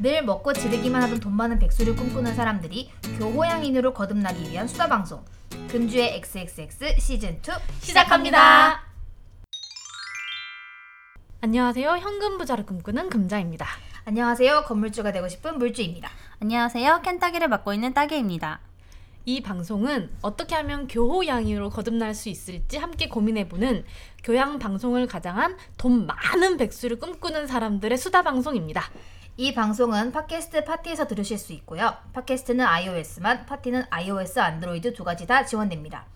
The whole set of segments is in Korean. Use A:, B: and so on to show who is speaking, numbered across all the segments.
A: 늘 먹고 지르기만 하던 돈 많은 백수를 꿈꾸는 사람들이 교호양인으로 거듭나기 위한 수다 방송 금주의 XXX 시즌 2 시작합니다.
B: 안녕하세요. 현금 부자를 꿈꾸는 금자입니다.
A: 안녕하세요. 건물주가 되고 싶은 물주입니다.
C: 안녕하세요. 켄타기를 맡고 있는 따개입니다.
B: 이 방송은 어떻게 하면 교호양인으로 거듭날 수 있을지 함께 고민해보는 교양 방송을 가장한 돈 많은 백수를 꿈꾸는 사람들의 수다 방송입니다.
A: 이 방송은 팟캐스트 파티에서 들으실 수 있고요. 팟캐스트는 iOS만, 파티는 iOS, 안드로이드 두 가지 다 지원됩니다.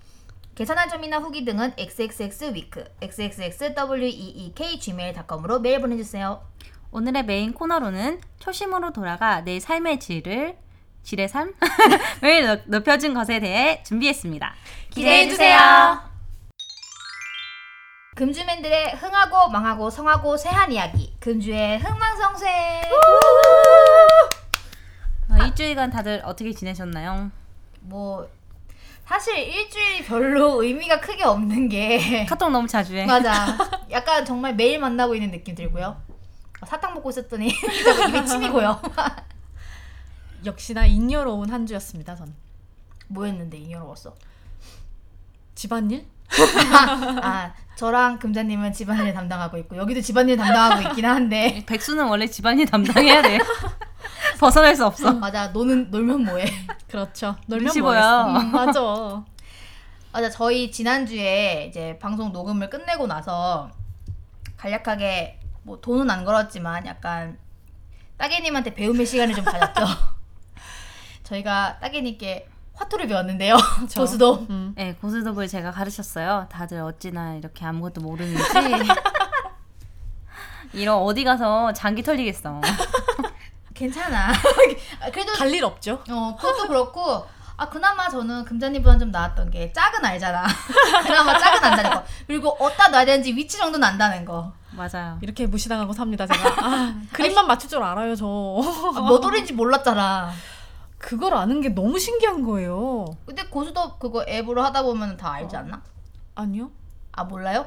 A: 개선한 점이나 후기 등은 xxxweek, xxxweekgmail.com으로 메일 보내주세요.
C: 오늘의 메인 코너로는 초심으로 돌아가 내 삶의 질을 질의 삶을 높- 높여준 것에 대해 준비했습니다.
A: 기대해주세요. 금주맨들의 흥하고 망하고 성하고 쇠한 이야기, 금주의 흥망성쇠.
C: 어, 일주일간 다들 어떻게 지내셨나요?
A: 뭐 사실 일주일이 별로 의미가 크게 없는 게
C: 카톡 너무 자주 해.
A: 맞아. 약간 정말 매일 만나고 있는 느낌 들고요. 아, 사탕 먹고 있었더니 자꾸 입에 침이 고요.
B: 역시나 잉여로운 한 주였습니다. 전
A: 뭐였는데 잉여로웠어?
B: 집안일?
A: 아 저랑 금자님은 집안일 담당하고 있고 여기도 집안일 담당하고 있긴 한데
C: 백수는 원래 집안일 담당해야 돼. 벗어날 수 없어.
A: 맞아 노는 놀면 뭐해?
B: 그렇죠.
C: 눈치
B: 놀면
C: 보여.
B: 뭐였어. 음, 맞아.
A: 맞아 저희 지난주에 이제 방송 녹음을 끝내고 나서 간략하게 뭐 돈은 안 걸었지만 약간 따개님한테 배움의 시간을 좀 가졌죠. 저희가 따개님께 화투를 배웠는데요.
B: 그렇죠.
A: 저수도
B: 음.
C: 네, 고스톱을 제가 가르쳤어요. 다들 어찌나 이렇게 아무것도 모르는지. 이런 어디 가서 장기 털리겠어.
A: 괜찮아. 아, 그래도
B: 갈 일 없죠.
A: 어 그것도 그렇고 아 그나마 저는 금자님보다 좀 나았던 게 짝은 알잖아. 그나마 짝은 안다는 거. 그리고 어디다 놔야 되는지 위치 정도는 안다는 거.
C: 맞아요.
B: 이렇게 무시당하고 삽니다. 제가 아, 그림만 맞출 줄 알아요. 저
A: 아, 뭐 돌인지 몰랐잖아.
B: 그걸 아는 게 너무 신기한 거예요.
A: 근데 고수도 그거 앱으로 하다 보면 다 알지 않나?
B: 아니요.
A: 아 몰라요?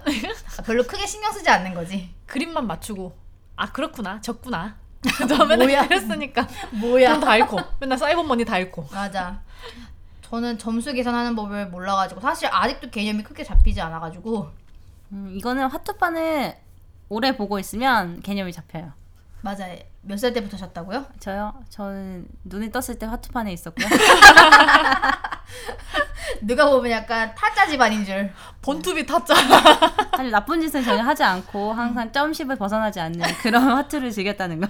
A: 아, 별로 크게 신경 쓰지 않는 거지.
B: 그림만 맞추고 아 그렇구나 졌구나 저 맨날
A: 뭐야.
B: 그랬으니까
A: 뭐야?
B: 돈다 잃고 맨날 사이버머니 다 잃고
A: 맞아. 저는 점수 계산하는 법을 몰라가지고 사실 아직도 개념이 크게 잡히지 않아가지고
C: 음, 이거는 화투판을 오래 보고 있으면 개념이 잡혀요.
A: 맞아. 몇 살 때부터 셨다고요?
C: 저요? 저는 눈이 떴을 때 화투판에 있었고요.
A: 누가 보면 약간 타짜 집안인 줄.
B: 본투비 탔잖아
C: 사실 나쁜 짓은 전혀 하지 않고
A: 음.
C: 항상 점십을 벗어나지 않는 그런 화투를 즐겼다는 거.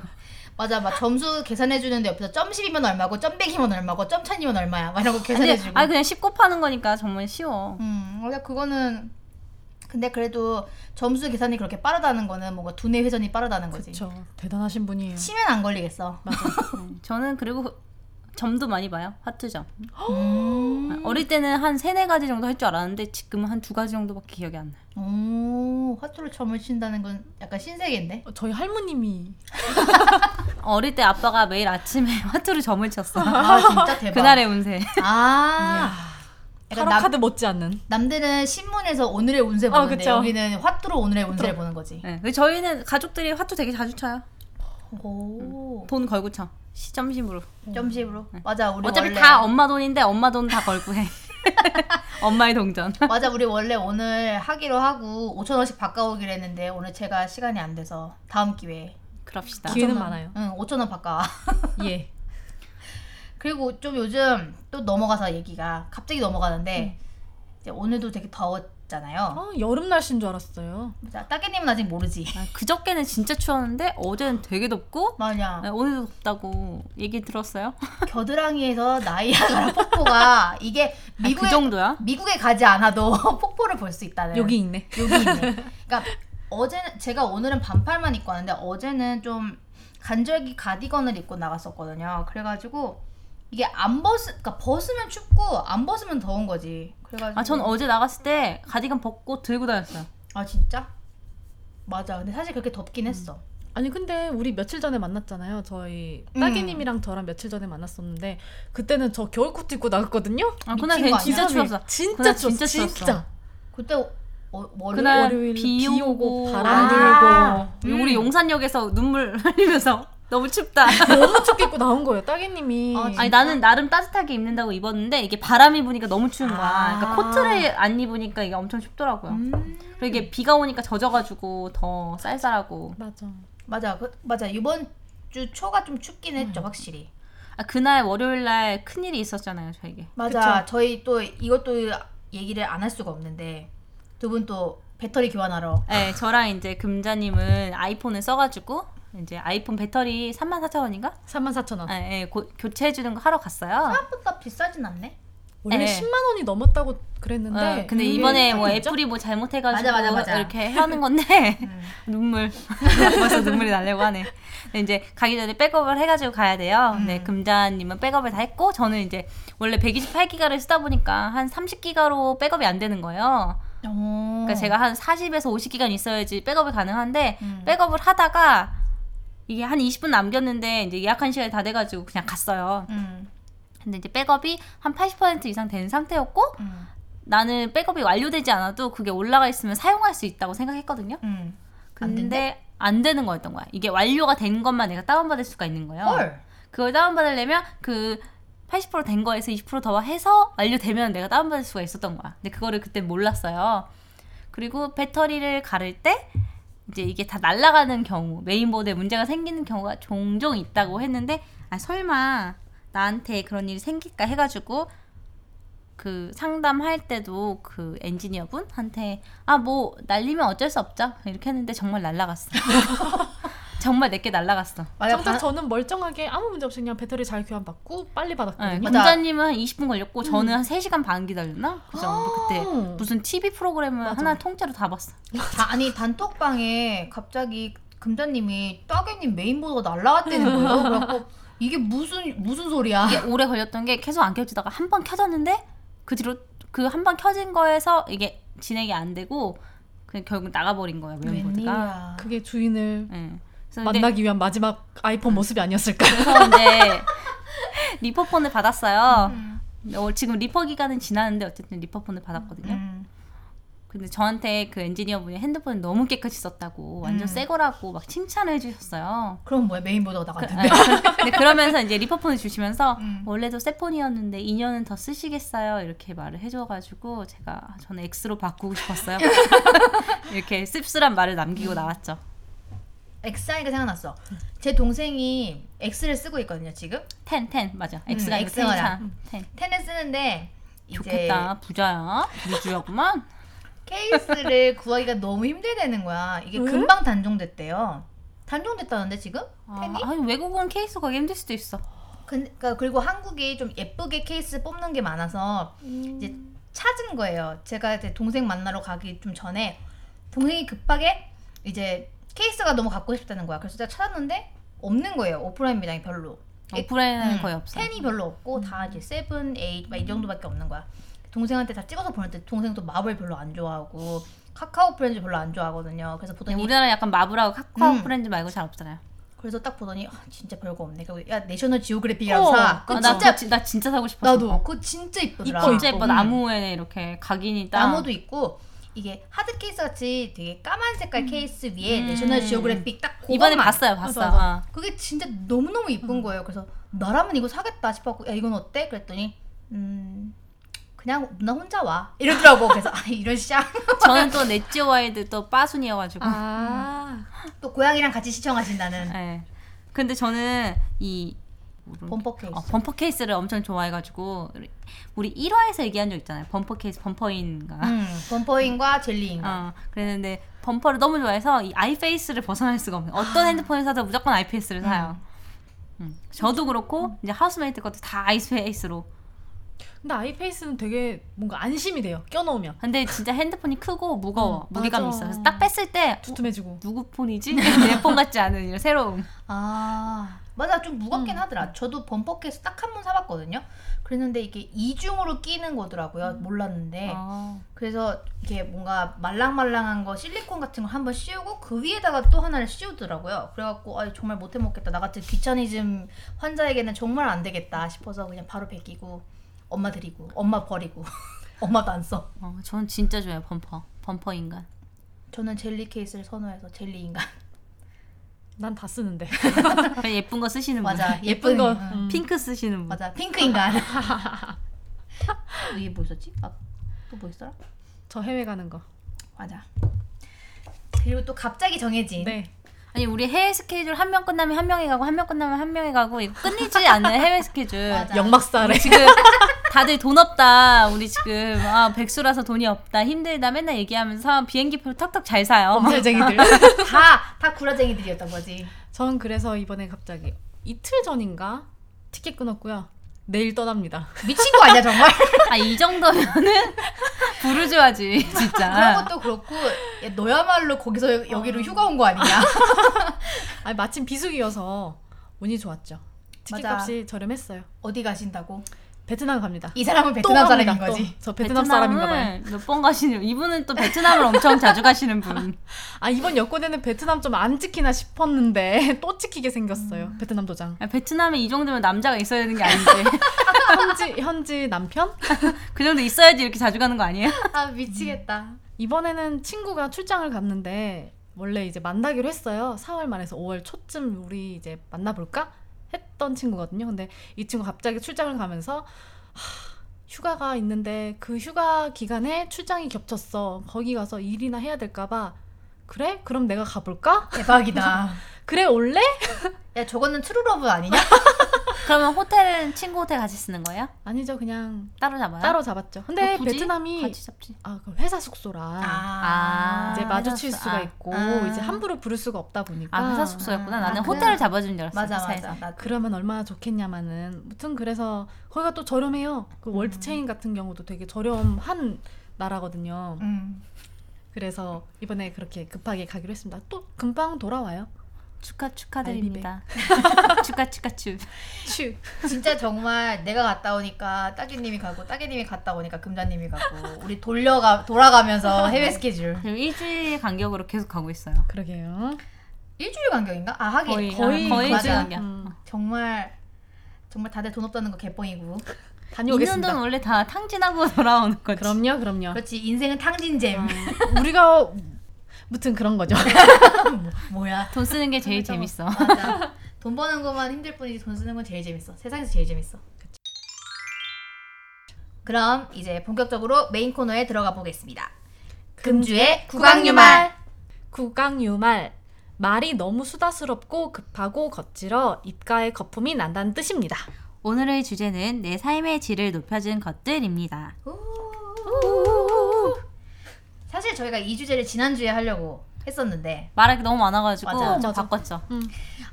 A: 맞아, 막 점수 계산해 주는데 옆에서 점 10이면 얼마고 점 100이면 얼마고 점 1000이면 얼마야. 막 이런 거
C: 근데
A: 계산해 주고.
C: 아 그냥 쉽고 파는 거니까 정말 쉬워.
A: 음, 원래 그거는 근데 그래도 점수 계산이 그렇게 빠르다는 거는 뭔가 두뇌 회전이 빠르다는 거지.
B: 그쵸 대단하신 분이에요
A: 치면 안 걸리겠어.
C: 음, 저는 그리고 점도 많이 봐요. 화투점. 아,
A: 음.
C: 어릴 때는 한 세네 가지 정도 할 줄 알았는데 지금은 한 두 가지 정도밖에 기억이 안 나요.
A: 오, 화투를 점을 친다는 건 약간 신세계인데?
B: 어, 저희 할머님이
C: 어릴 때 아빠가 매일 아침에 화투로 점을 쳤어.
A: 아, 진짜 대박.
C: 그날의 운세.
A: 아, 약간 남,
B: 타로카드 못지않는
A: 남들은 신문에서 오늘의 운세
B: 아,
A: 보는데
B: 그쵸.
A: 여기는 화투로 오늘의 운세를 보는 거지.
C: 네. 어, 그래서 저희는 가족들이 화투 되게 자주 쳐요.
A: 오,
C: 돈 걸고 쳐. 시점심으로.
A: 점심으로. 맞아, 우리
C: 음. 네. 어차피
A: 원래-
C: 다 엄마 돈인데 엄마 돈 다 걸고 해. 엄마의 동전.
A: 맞아, 우리 원래 오늘 하기로 하고 5천 원씩 바꿔오기로 했는데 오늘 제가 시간이 안 돼서 다음 기회에.
C: 그럽시다.
B: 기회는
A: 5,000원.
B: 많아요.
A: 응, 5천 원 바꿔.
B: 예
A: 그리고 좀 요즘 또 넘어가서 얘기가 갑자기 넘어가는데 이제 오늘도 되게 더웠잖아요.
B: 아, 여름 날씨인 줄 알았어요
A: 자, 따개님은 아직 모르지.
C: 아, 그저께는 진짜 추웠는데 어제는 되게 덥고
A: 맞아.
C: 아, 오늘도 덥다고 얘기 들었어요. 아,
A: 겨드랑이에서 나이아가라 폭포가 이게
C: 아, 그
A: 미국에
C: 정도야?
A: 미국에 가지 않아도 폭포를 볼 수 있다는
B: 여기 있네
A: 여기 있네. 그러니까 어제는 제가 오늘은 반팔만 입고 왔는데 어제는 좀 간절기 가디건을 입고 나갔었거든요. 그래가지고 이게 안 벗, 그러니까 벗으면 춥고 안 벗으면 더운 거지. 그래가지고
C: 아, 전 어제 나갔을 때 가디건 벗고 들고 다녔어요.
A: 아 진짜? 맞아. 근데 사실 그렇게 덥긴 했어.
C: 음.
B: 아니 근데 우리 며칠 전에 만났잖아요 저희
A: 음.
B: 딸기님이랑 저랑 며칠 전에 만났었는데 그때는 저 겨울 코트 입고 나갔거든요
C: 아, 그날
A: 미친 거 아니야?
C: 괜히 진짜 추웠어.
B: 진짜
C: 그날
B: 추웠어
C: 진짜 추웠어.
B: 진짜
A: 그때 어, 월요일
C: 그날
B: 월요일
C: 비 오고
B: 바람
A: 아.
B: 불고
A: 음.
C: 우리 용산역에서 눈물 흘리면서 너무 춥다.
B: 너무 춥겠고 나온 거예요. 따개님이.
A: 아, 진짜?
C: 아니 나는 나름 따뜻하게 입는다고 입었는데 이게 바람이 부니까 너무 추운 거야.
A: 아.
C: 그러니까 코트를 안 입으니까 이게 엄청 춥더라고요.
A: 음.
C: 그리고 이게 비가 오니까 젖어가지고 더 쌀쌀하고.
B: 맞아.
A: 맞아, 그, 맞아. 이번 주 초가 좀 춥긴
C: 음.
A: 했죠, 확실히.
C: 아 그날 월요일 날 큰일이 있었잖아요 저에게.
A: 맞아. 저희 또 이것도 얘기를 안 할 수가 없는데 두 분 또 배터리 교환하러.
C: 네, 저랑 이제 금자님은 아이폰을 써가지고 이제 아이폰 배터리 34,000원인가?
A: 어.
B: 34,000원.
C: 네, 네, 고- 교체해주는 거 하러 갔어요.
A: 생각보다 비싸진 않네.
B: 원래
C: 네.
B: 10만 원이 넘었다고 그랬는데. 음.
C: 어, 근데
B: 이게
C: 이번에 뭐
B: 딱이죠?
C: 애플이 뭐 잘못해가지고
A: 맞아, 맞아, 맞아.
C: 이렇게 하는 건데 눈물 벌써 눈물이 나려고 하네. 근데 이제 가기 전에 백업을 해가지고 가야 돼요.
A: 음.
C: 네, 금자님은 백업을 다 했고 저는 이제 원래 128기가를 쓰다 보니까 한 30기가로 백업이 안 되는 거예요.
A: 어.
C: 그러니까 제가 한 40에서 50기간 있어야지 백업이 가능한데
A: 음.
C: 백업을 하다가 이게 한 20분 남겼는데 이제 예약한 시간이 다 돼가지고 그냥 갔어요.
A: 음,
C: 근데 이제 백업이 한 80% 이상 된 상태였고
A: 음,
C: 나는 백업이 완료되지 않아도 그게 올라가 있으면 사용할 수 있다고 생각했거든요.
A: 음. 안
C: 근데 안 되는 거였던 거야. 이게 완료가 된 것만 내가 다운받을 수가 있는 거예요.
A: 헐.
C: 그걸 다운받으려면 그 80%된 거에서 20% 더해서 완료되면 내가 다운받을 수가 있었던 거야. 근데 그거를 그때 몰랐어요. 그리고 배터리를 가를 때 이제 이게 다 날아가는 경우, 메인보드에 문제가 생기는 경우가 종종 있다고 했는데 아 설마 나한테 그런 일이 생길까 해가지고 그 상담할 때도 그 엔지니어분한테 아 뭐 날리면 어쩔 수 없죠 이렇게 했는데 정말 날아갔어. 정말 내게 날아갔어.
A: 맞아,
B: 정작
A: 바-
B: 저는 멀쩡하게 아무 문제 없이 그냥 배터리 잘 교환받고 빨리
C: 네,
B: 받았거든요.
A: 맞아. 음.
C: 금자님은 한 20분 걸렸고 저는 한 3시간 반 기다렸나? 그 정도
A: 아.
C: 그때
B: 어.
C: 무슨 TV 프로그램을
B: 맞아.
C: 하나 통째로 다 봤어.
A: 다- 아니 단톡방에 갑자기 금자님이 따개님 메인보드가 날라갔다는 거예요. 그래갖고 이게 무슨 무슨 소리야?
C: 이게 오래 걸렸던 게 계속 안 켜지다가 한 번 켜졌는데 그 뒤로 그 한 번 켜진 거에서 이게 진행이 안 되고 그냥 결국 나가버린 거예요 메인보드가.
A: 웬일이야.
B: 그게 주인을
C: 예. 그래서 근데 음.
B: 만나기 위한 마지막 아이폰 모습이 아니었을까?
C: 그래서 이제 리퍼폰을 받았어요.
A: 음,
C: 어, 지금 리퍼 기간은 지났는데 어쨌든 리퍼폰을 받았거든요.
A: 음.
C: 근데 저한테 그 엔지니어분이 핸드폰 너무 깨끗이 썼다고 완전
A: 음.
C: 새 거라고 막 칭찬을 해주셨어요.
A: 그럼 뭐야 메인보드가
C: 그,
A: 나갔는데?
C: 아, 근데 그러면서 이제 리퍼폰을 주시면서
A: 음.
C: 원래도 세폰이었는데 2년은 더 쓰시겠어요 이렇게 말을 해줘가지고 제가 아, 저는 X로 바꾸고 싶었어요 이렇게 씁쓸한 말을 남기고 나왔죠
A: X하니까 생각났어. 제 동생이 X를 쓰고 있거든요 지금.
C: 10, 10 맞아 X가
A: 음,
C: 음,
A: X가 아니라.
C: 10
A: 10을 쓰는데 이제
C: 좋겠다 부자야 미주였구만
A: 케이스를 구하기가 너무 힘들다는 거야. 이게
B: 왜?
A: 금방 단종됐대요. 단종됐다는데 지금?
C: 아,
A: 10이?
C: 아니 외국은 케이스 가기 힘들 수도 있어
A: 그러니까 그리고 한국이 좀 예쁘게 케이스 뽑는 게 많아서 이제 찾은 거예요. 제가 이제 동생 만나러 가기 좀 전에 동생이 급하게 이제 케이스가 너무 갖고 싶다는 거야. 그래서 제가 찾았는데 없는 거예요. 오프라인 매장이 별로. 예,
C: 오프라인은
A: 음,
C: 어, 거의 없어
A: 펜이 별로 없고 다 이제 세븐, 에잇 막이 정도밖에 없는 거야. 동생한테 다 찍어서 보냈더니 동생도 마블 별로 안 좋아하고 카카오 프렌즈 별로 안 좋아하거든요. 그래서 보더니
C: 우리나라 약간 마블하고 카카오
A: 음.
C: 프렌즈 말고 잘 없잖아요
A: 그래서 딱 보더니 아, 진짜 별거 없네. 그리고 야 내셔널 지오그래픽이라고
B: 어,
A: 사.
C: 아,
A: 그거
C: 나,
A: 진짜
C: 진짜, 나 진짜 사고 싶었어
A: 나도 그거 진짜 이쁘더라.
C: 이뻐 진짜
B: 이뻐.
C: 예뻐
A: 음.
C: 나무에는 이렇게 각인이 딱
A: 나무도 있고 이게 하드 케이스 같이 되게 까만 색깔 케이스 위에
C: 음.
A: 내셔널 지오그래픽 딱 그거만.
C: 이번에 봤어요, 음. 봤어.
B: 맞아, 맞아.
C: 어.
A: 그게 진짜 너무 너무 이쁜 거예요. 그래서 나라면 이거 사겠다 싶었고 야 이건 어때? 그랬더니 음 그냥 누나 혼자 와 이러더라고. 그래서 아 이런 샹.
C: 저는 또 넷지와일드 또 빠순이어가지고.
B: 아,
A: 또 고양이랑 같이 시청하신다는
C: 네. 근데 저는 이
A: 범퍼 케이스.
C: 어, 범퍼 케이스를 엄청 좋아해가지고 우리- 우리 1화에서 얘기한 적 있잖아요. 범퍼 케이스, 범퍼인가.
A: 음 범퍼인과 젤리인가.
C: 어, 그랬는데 범퍼를 너무 좋아해서 이 아이페이스를 벗어날 수가 없어요. 어떤 핸드폰을 사도 무조건 아이페이스를 사요. 음. 저도 그렇고 이제 하우스메이트 것도 다 아이페이스로.
B: 근데 아이페이스는 되게 뭔가 안심이 돼요. 껴놓으면
C: 근데 진짜 핸드폰이 크고 무거워,
B: 음,
C: 무게감이
B: 맞아.
C: 있어. 그래서 딱 뺐을 때 어,
B: 두툼해지고.
C: 누구 폰이지? 내 폰 같지 않은 이런 새로움.
A: 아 맞아 좀 무겁긴
B: 음.
A: 하더라 저도 범퍼케이스 딱 한 번 사봤거든요 그랬는데 이게 이중으로 끼는 거더라고요 몰랐는데
C: 음. 어.
A: 그래서 이게 뭔가 말랑말랑한 거 실리콘 같은 걸 한 번 씌우고 그 위에다가 또 하나를 씌우더라고요 그래갖고 아 정말 못해 먹겠다 나같은 귀차니즘 환자에게는 정말 안 되겠다 싶어서 그냥 바로 베끼고 엄마 드리고 엄마 버리고 엄마도 안써
C: 어, 전 진짜 좋아요 범퍼 범퍼 인간.
A: 저는 젤리 케이스를 선호해서 젤리 인간
B: 난 다 쓰는데.
C: 그냥 예쁜 거 쓰시는 분.
A: 맞아.
B: 예쁜 거.
A: 응.
B: 음.
C: 핑크 쓰시는 분.
A: 맞아. 핑크 인간. 이게 뭐 있었지? 아, 또뭐 있더라?
B: 저 해외 가는 거.
A: 맞아. 그리고 또 갑자기 정해진
B: 네.
C: 아니 우리 해외 스케줄 한 명 끝나면 한 명이 가고 한 명 끝나면 한 명이 가고 이거 끊이지 않는 해외 스케줄.
A: 맞아.
B: 역막살에.
C: 지금 다들 돈 없다. 우리 지금 아 백수라서 돈이 없다. 힘들다. 맨날 얘기하면서 비행기표 턱턱 잘 사요.
B: 엄살쟁이들.
A: 다, 다 구라쟁이들이었던 거지.
B: 전 그래서 이번에 갑자기 이틀 전인가 티켓 끊었고요. 내일 떠납니다.
A: 미친 거 아니야, 정말?
C: 아 이 정도면은 부르주아지
A: 그런
C: 진짜.
A: 것도 그렇고, 야, 너야말로 거기서 여기로 휴가 온 거 아니냐?
B: 아니 마침 비수기여서 운이 좋았죠.
A: 맞아.
B: 티켓값이 저렴했어요.
A: 어디 가신다고?
B: 베트남 갑니다.
A: 이 사람은
B: 또
A: 베트남
B: 갑니다,
A: 사람인 거지.
B: 또. 저 아, 베트남 사람인가 봐요.
C: 몇번 가시는 이분은 또 베트남을 엄청 자주 가시는 분.
B: 아 이번 여권에는 베트남 좀 안 찍히나 싶었는데 또 찍히게 생겼어요.
A: 음.
B: 베트남 도장.
C: 아, 베트남에 이 정도면 남자가 있어야 되는 게 아닌데
B: 현지 현지 남편?
C: 그 정도 있어야지 이렇게 자주 가는 거 아니에요?
A: 아, 미치겠다.
B: 이번에는 친구가 출장을 갔는데 원래 이제 만나기로 했어요. 4월 말에서 5월 초쯤 우리 이제 만나볼까 했던 친구거든요. 근데 이 친구 갑자기 출장을 가면서 하, 휴가가 있는데 그 휴가 기간에 출장이 겹쳤어. 거기 가서 일이나 해야 될까봐 그래? 그럼 내가 가볼까?
A: 대박이다.
B: 그래 올래?
A: 야, 저거는 트루러브 아니냐?
C: 그러면 호텔은 친구 호텔 같이 쓰는 거예요?
B: 아니죠. 그냥
C: 따로 잡아요?
B: 따로 잡았죠. 근데
C: 어, 굳이?
B: 베트남이
C: 같이 잡지.
B: 아, 그 회사 숙소라
A: 아.
B: 이제
C: 아,
B: 마주칠
C: 회사 숙소.
B: 수가
C: 아.
B: 있고
A: 아.
B: 이제 함부로 부를 수가 없다 보니까
C: 아 회사 숙소였구나.
A: 아,
C: 나는
B: 그래요?
C: 호텔을 잡아준 줄 알았어.
A: 맞아,
C: 회사에서.
A: 맞아. 나도.
B: 그러면 얼마나 좋겠냐마는 무튼 그래서 거기가 또 저렴해요. 그 월드 체인 같은 경우도 되게 저렴한 나라거든요.
A: 음.
B: 그래서 이번에 그렇게 급하게 가기로 했습니다. 또 금방 돌아와요.
C: 축하 축하드립니다. 축하 축하 축.
B: 슈.
A: 진짜 정말 내가 갔다 오니까 따개님이 가고 따개님이 갔다 오니까 금자님이 가고 우리 돌려가 돌아가면서 해외 스케줄
C: 지금 일주일 간격으로 계속 가고 있어요.
B: 그러게요.
A: 일주일 간격인가? 아 하긴
C: 거의
B: 거의-
C: 거의, 거의
A: 맞아.
C: 지금이야.
B: 음,
A: 정말 정말 다들 돈 없다는 거 개뻥이고
C: 있는 돈
B: 다녀오겠습니다.
C: 원래 다 탕진하고 돌아오는 거지.
B: 그럼요, 그럼요.
A: 그렇지 인생은 탕진잼
B: 우리가 무튼 그런 거죠.
A: 뭐야
C: 돈 쓰는 게 제일
B: 그죠.
C: 재밌어.
A: 맞아 돈 버는 것만 힘들 뿐이지 돈 쓰는 건 제일 재밌어 세상에서 제일 재밌어 그럼 이제 본격적으로 메인 코너에 들어가 보겠습니다 금주의 구강유말
B: 구강유말. 말이 너무 수다스럽고 급하고 거칠어 입가에 거품이 난다는 뜻입니다.
C: 오늘의 주제는 내 삶의 질을 높여준 것들입니다.
A: 사실 저희가 이 주제를 지난주에 하려고 했었는데
C: 말하기 너무 많아가지고
A: 맞아.
C: 좀
B: 맞아.
C: 바꿨죠.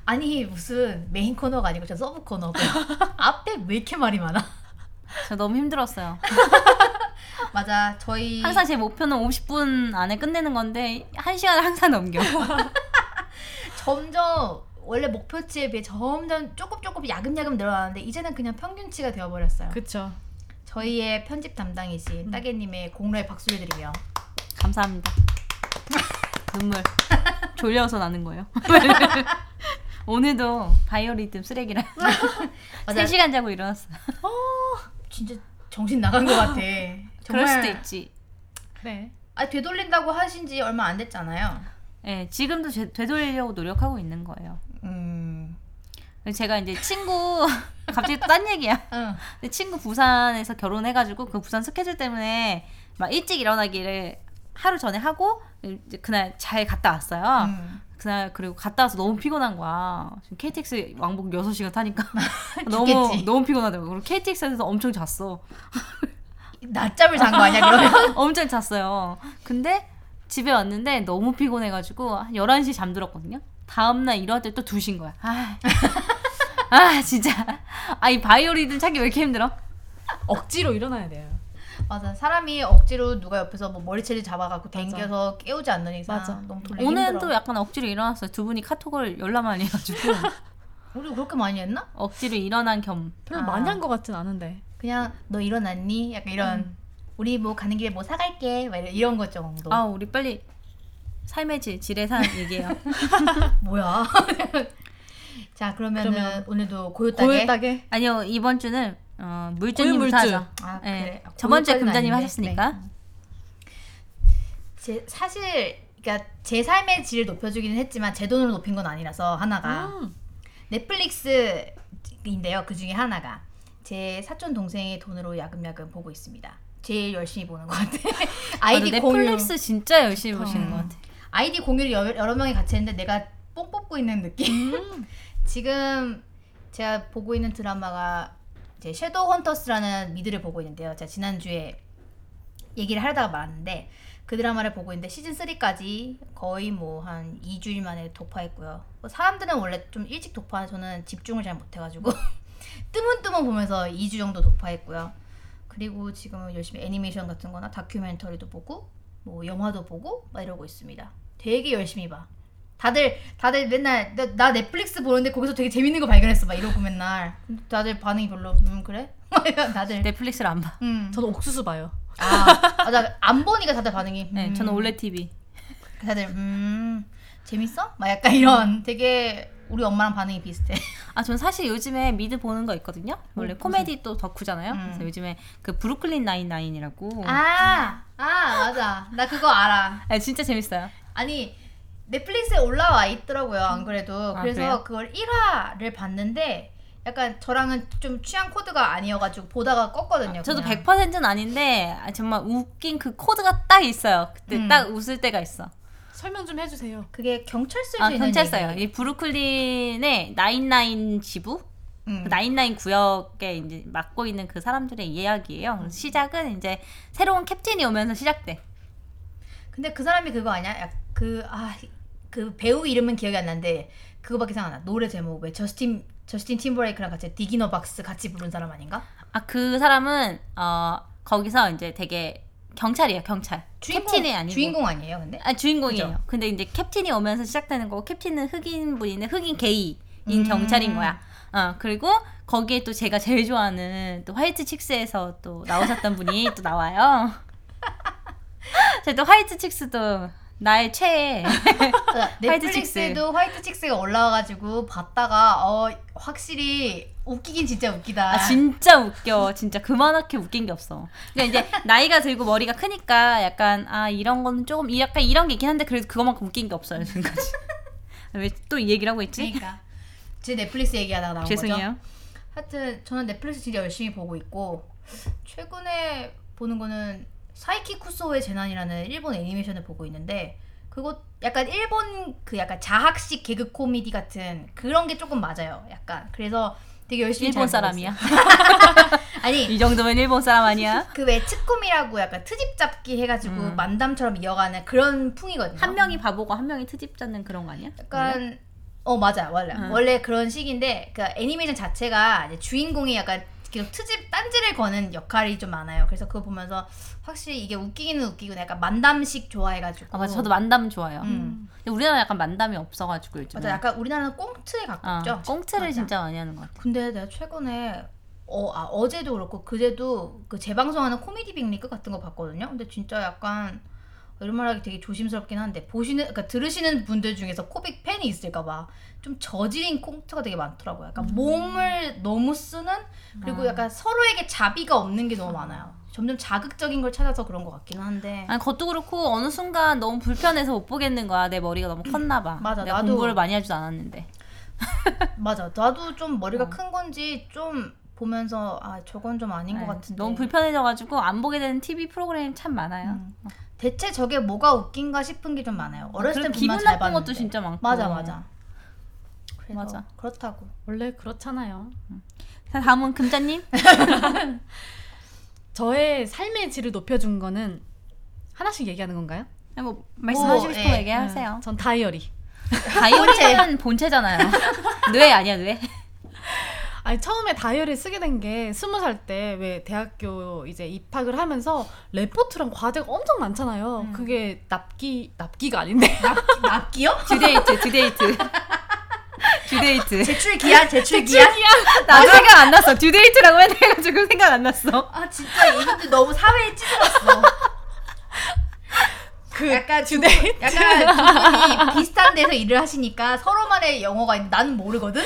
A: 아니 무슨 메인 코너가 아니고 저 서브 코너고 앞에 왜 이렇게 말이 많아
C: 저 너무 힘들었어요.
A: 맞아 저희
C: 항상 제 목표는 50분 안에 끝내는 건데 한 시간을 항상 넘겨.
A: 점점 원래 목표치에 비해 점점 조금 조금 야금야금 늘어나는데 이제는 그냥 평균치가 되어버렸어요.
B: 그렇죠.
A: 저희의 편집 담당이신 따개님의 공로에 박수를 드리며
C: 감사합니다. 눈물 졸려서 나는 거예요. 오늘도 바이오리듬 쓰레기라
A: 맞아
C: 3시간 자고 일어났어.
A: 진짜 정신 나간 것 같아.
C: 그럴
A: 정말
C: 수도 있지.
B: 그래.
A: 아 되돌린다고 하신 지 얼마 안 됐잖아요.
C: 예, 지금도 되- 되돌리려고 노력하고 있는 거예요.
A: 음,
C: 그래서 제가 이제 친구 갑자기 또 딴 얘기야.
A: 응,
C: 근데 친구 부산에서 결혼해가지고 그 부산 스케줄 때문에 막 일찍 일어나기를 하루 전에 하고 이제 그날 잘 갔다 왔어요.
A: 음.
C: 그날 그리고 갔다 와서 너무 피곤한 거야. 지금 KTX 왕복 6시간 타니까 너무
A: 죽겠지.
C: 너무 피곤하더라고. 그리고 KTX에서 엄청 잤어.
A: 낮잠을 잔 거 아니야 그러면?
C: 엄청 잤어요. 근데 집에 왔는데 너무 피곤해 가지고 11시 잠들었거든요. 다음 날 일어날 때 또 2시인 거야. 아. 아, 진짜. 아, 이 바이오리듬 찾기 왜 이렇게 힘들어?
A: 아,
B: 억지로 일어나야 돼요.
A: 맞아 사람이 억지로 누가 옆에서 뭐 머리채를 잡아갖고 당겨서 깨우지 않는 이상
B: 맞아.
A: 너무 돌리기
C: 오늘은
A: 힘들어.
C: 또 약간 억지로 일어났어요. 두 분이 카톡을 열나 많이 해 가지고
A: 우리 그렇게 많이 했나?
C: 억지로 일어난 겸
B: 별로
A: 아.
B: 많이 한 것 같진 않은데.
A: 그냥 너 일어났니? 약간 이런 우리 뭐 가는 길에 뭐 사갈게 막 이런- 이런 것 정도
C: 아, 우리 빨리 삶의 질, 질의 삶 얘기해요.
A: 뭐야 자 그러면은
B: 그러면
A: 오늘도 고요따게
B: 고요하게
C: 아니요 이번 주는 어, 물주님부터
B: 고유물주.
C: 하죠.
A: 아 네.
C: 예.
A: 그래
C: 저번 주에
A: 고요까지는
C: 금자님
A: 아닌데.
C: 하셨으니까
A: 네. 제, 사실 그러니까 제 삶의 질을 높여주기는 했지만 제 돈으로 높인 건 아니라서 하나가
B: 음.
A: 넷플릭스인데요. 그 중에 하나가 제 사촌 동생의 돈으로 야금야금 보고 있습니다. 제일 열심히 보는 것 같아. 아이디 음.
C: 맞아,
A: 공유
C: 넷플릭스 진짜 열심히
B: 좋다.
C: 보시는 것 같아.
A: 아이디 공유를 여- 여러 명이 같이 했는데 내가 뽕 뽑고 있는 느낌.
B: 음.
A: 지금 제가 보고 있는 드라마가 이제 섀도우 헌터스라는 미드를 보고 있는데요. 제가 지난주에 얘기를 하다가 말았는데 그 드라마를 보고 있는데 시즌 3까지 거의 뭐 한 2주일 만에 도파했고요. 뭐 사람들은 원래 좀 일찍 도파하는 저는 집중을 잘 못해가지고 뜨문뜨문 보면서 2주 정도 도파했고요. 그리고 지금은 열심히 애니메이션 같은 거나 다큐멘터리도 보고 뭐 영화도 보고 막 이러고 있습니다. 되게 열심히 봐. 다들 다들 맨날 나, 나 넷플릭스 보는데 거기서 되게 재밌는 거 발견했어 막 이러고 맨날 다들 반응이 별로 음 그래? 다들
C: 넷플릭스를 안 봐.
A: 음.
B: 저는 옥수수 봐요.
A: 아, 나 안 보니까 다들 반응이. 음.
C: 네, 저는 올레 TV.
A: 다들 음 재밌어? 막 약간 이런 되게 우리 엄마랑 반응이 비슷해.
C: 아, 전 사실 요즘에 미드 보는 거 있거든요. 원래 코미디 또 덕후잖아요.
A: 음.
C: 그래서 요즘에 그 브루클린 나인나인이라고. 아.
A: 아아 맞아. 나 그거 알아.
C: 진짜 재밌어요.
A: 아니 넷플릭스에 올라와 있더라고요. 안 그래도
C: 아,
A: 그래서
C: 그래요?
A: 그걸 1화를 봤는데 약간 저랑은 좀 취향 코드가 아니어가지고 보다가 껐거든요.
C: 저도
A: 그냥.
C: 100%는 아닌데 아, 정말 웃긴 그 코드가 딱 있어요. 그때
A: 음.
C: 딱 웃을 때가 있어.
B: 설명 좀 해주세요.
A: 그게 경찰서에
C: 아,
A: 있는
C: 경찰서요.
A: 얘기.
C: 이 브루클린의 나인나인 지부?
A: 음.
C: 그 나인나인 구역에 이제 맡고 있는 그 사람들의 이야기예요.
A: 음.
C: 그래서 시작은 이제 새로운 캡틴이 오면서 시작돼.
A: 근데 그 사람이 그거 아니야? 그아그 그 배우 이름은 기억이 안 나는데 그거밖에 생각 안 나. 노래 제목 왜 저스틴 저스틴 팀버레이크랑 같이 디기너 박스 같이 부른 사람 아닌가?
C: 아 그 사람은 어 거기서 이제 되게 경찰이에요 경찰 캡틴이 아니고
A: 주인공 아니에요? 근데
C: 아 주인공이에요
A: 그죠?
C: 근데 이제 캡틴이 오면서 시작되는 거고 캡틴은 흑인 분인데 흑인 게이인
A: 음.
C: 경찰인 거야 어 그리고 거기에 또 제가 제일 좋아하는 또 화이트 칙스에서 또 나오셨던 분이 또 나와요 제가 또 화이트 칙스도 나의 최애
A: 아,
C: 화이트
A: 넷플릭스에도 화이트 칙스가 올라와가지고 봤다가 어 확실히 웃기긴 진짜 웃기다.
C: 아 진짜 웃겨 진짜 그만하게 웃긴 게 없어 그러니까 이제 나이가 들고 머리가 크니까 약간 아 이런 건 조금 이- 약간 이런 게 있긴 한데 그래도 그거만큼 웃긴 게 없어요 지금까지 왜 또 이 얘기를 하고 있지
A: 그러니까 제 넷플릭스 얘기하다가 그러니까 나온 거죠.
C: 죄송해요
A: 하여튼 저는 넷플릭스 진짜 열심히 보고 있고 최근에 보는 거는 사이키 쿠소의 재난이라는 일본 애니메이션을 보고 있는데 그것 약간 일본 그 약간 자학식 개그 코미디 같은 그런 게 조금 맞아요. 약간 그래서 되게 열심히
C: 일본
A: 잘 보고 있어요. 네.
C: 사람이야
A: 아니
C: 이 정도면 일본 사람 아니야
A: 그왜 츠콤이라고 약간 트집 잡기 해가지고
C: 음.
A: 만담처럼 이어가는 그런 풍이거든요.
C: 한 명이 바보고 한 명이 트집 잡는 그런 거 아니야
A: 약간 어 맞아요 원래
C: 응.
A: 원래 그런 식인데 그 애니메이션 자체가 이제 주인공이 약간 계속 트집 딴지를 거는 역할이 좀 많아요. 그래서 그거 보면서 확실히 이게 웃기기는 웃기고 약간 만담식 좋아해가지고
C: 아 맞아 저도 만담 좋아해요
A: 어. 음.
C: 근데 우리나라 약간 만담이 없어가지고 요즘에
A: 맞아 약간 우리나라는 꽁트에
C: 아,
A: 가깝죠.
C: 꽁트를
A: 맞아.
C: 진짜 많이 하는 것 같아
A: 근데 내가 최근에 어, 아, 어제도 그렇고 그제도 그 재방송하는 코미디 빅리그 같은 거 봤거든요. 근데 진짜 약간 이런 말하기 되게 조심스럽긴 한데 보시는 그러니까 들으시는 분들 중에서 코빅 팬이 있을까 봐 좀 저지린 꽁트가 되게 많더라고요. 약간 몸을 너무 쓰는 그리고
C: 음. 아.
A: 약간 서로에게 자비가 없는 게 너무 많아요. 점점 자극적인 걸 찾아서 그런 것 같긴 한데
C: 아니 그것도 그렇고 어느 순간 너무 불편해서 못 보겠는 거야 내 머리가 너무 컸나 봐
A: 맞아,
C: 내가
A: 나도.
C: 공부를 많이 하지도 않았는데
A: 맞아 나도 좀 머리가
C: 어.
A: 큰 건지 좀 보면서 아 저건 좀 아닌 것
C: 아니,
A: 같은데
C: 네. 너무 불편해져가지고 안 보게 되는 TV 프로그램 참 많아요.
A: 음. 대체 저게 뭐가 웃긴가 싶은 게 좀 많아요. 어렸을 때
C: 그리고 기분
A: 분만 잘
C: 나쁜
A: 봤는데.
C: 것도 진짜 많고.
A: 맞아 맞아. 그래서
C: 맞아.
A: 그렇다고.
B: 원래 그렇잖아요.
C: 자, 다음은 금자님.
A: 네.
B: 저의 삶의 질을 높여준 거는 하나씩 얘기하는 건가요?
C: 뭐 말씀하시고
A: 뭐,
C: 싶은 거
A: 예.
C: 얘기하세요.
B: 네, 전 다이어리.
C: 다이어리는 본체잖아요. 뇌 아니야 뇌.
B: 아니 처음에 다이어리를 쓰게 된 게 스무 살 때 왜 대학교 이제 입학을 하면서 레포트랑 과제가 엄청 많잖아요.
A: 음.
B: 그게 납기 납기가 아닌데
A: 납기요?
C: 듀데이트 듀데이트. 듀데이트.
A: 제출 기한 제출 기한.
C: 나도 생각 안 났어. 듀데이트라고 해가지고 생각 안 났어.
A: 아 진짜 이분들 너무 사회에 찌들었어.
B: 그
A: 약간 두-
B: 주데
A: 약간 두 분이 비슷한 데서 일을 하시니까 서로만의 영어가 있는데 나는 모르거든.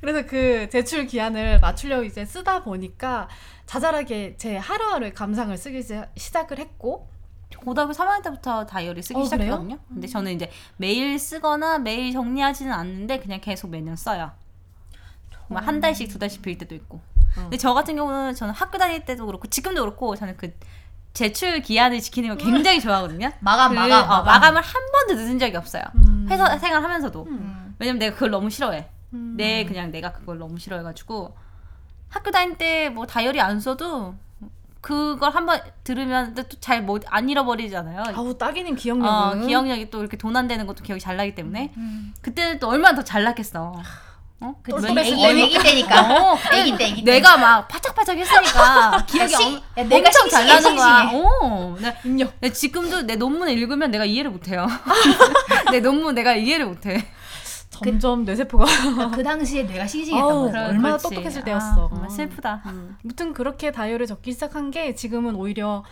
B: 그래서 그 제출 기한을 맞추려고 이제 쓰다 보니까 자잘하게 제 하루하루의 감상을 쓰기 시- 시작을 했고
C: 고등학교 3학년 때부터 다이어리 쓰기
B: 어, 그래요?
C: 시작했거든요. 근데 저는 이제 매일 쓰거나 매일 정리하지는 않는데 그냥 계속 매년 써요. 뭐한 달씩 두 달씩 빌 때도 있고.
A: 어.
C: 근데 저 같은 경우는 저는 학교 다닐 때도 그렇고 지금도 그렇고 저는 그 제출 기한을 지키는 걸 굉장히 좋아하거든요.
A: 마감
C: 그,
A: 마감
C: 어,
A: 마감.
C: 마감을 한 번도 늦은 적이 없어요.
B: 음.
C: 회사 생활하면서도.
A: 음.
C: 왜냐면 내가 그걸 너무 싫어해.
B: 음.
C: 내 네, 그냥 내가 그걸 너무 싫어해가지고 학교 다닐 때 뭐 다이어리 안 써도 그걸 한번 들으면 또잘못안 잃어버리잖아요.
B: 아우 따기님
C: 어,
B: 기억력은
C: 기억력이 또 이렇게 돈 안 되는 것도 기억이 잘 나기 때문에
A: 음.
C: 그때는 또 얼마나 더 잘 났겠어. 어? 그
A: 그치,
C: 몇 년-
A: 애기 애기 때니까.
C: 어,
A: 애기 때 애기 때.
C: 내가 막 파짝파짝 했으니까 기억이
A: 야, 시-
C: 엄,
A: 야, 내가
C: 엄청 잘
A: 싱싱해,
C: 나는 거야.
A: 싱싱해.
C: 어, 나-
B: 입력
C: 나 지금도 내 논문을 읽으면 내가 이해를 못해요. 내 논문 내가 이해를 못해.
B: 점점 뇌세포가
A: 그 당시에 뇌가 싱싱했던
C: 어.
B: 아우,
A: 거죠.
B: 어, 얼마나
C: 그렇지.
B: 똑똑했을 때였어. 음.
C: 아, 정말 슬프다.
B: 무튼 그렇게 다이어를 적기 시작한 게 지금은 오히려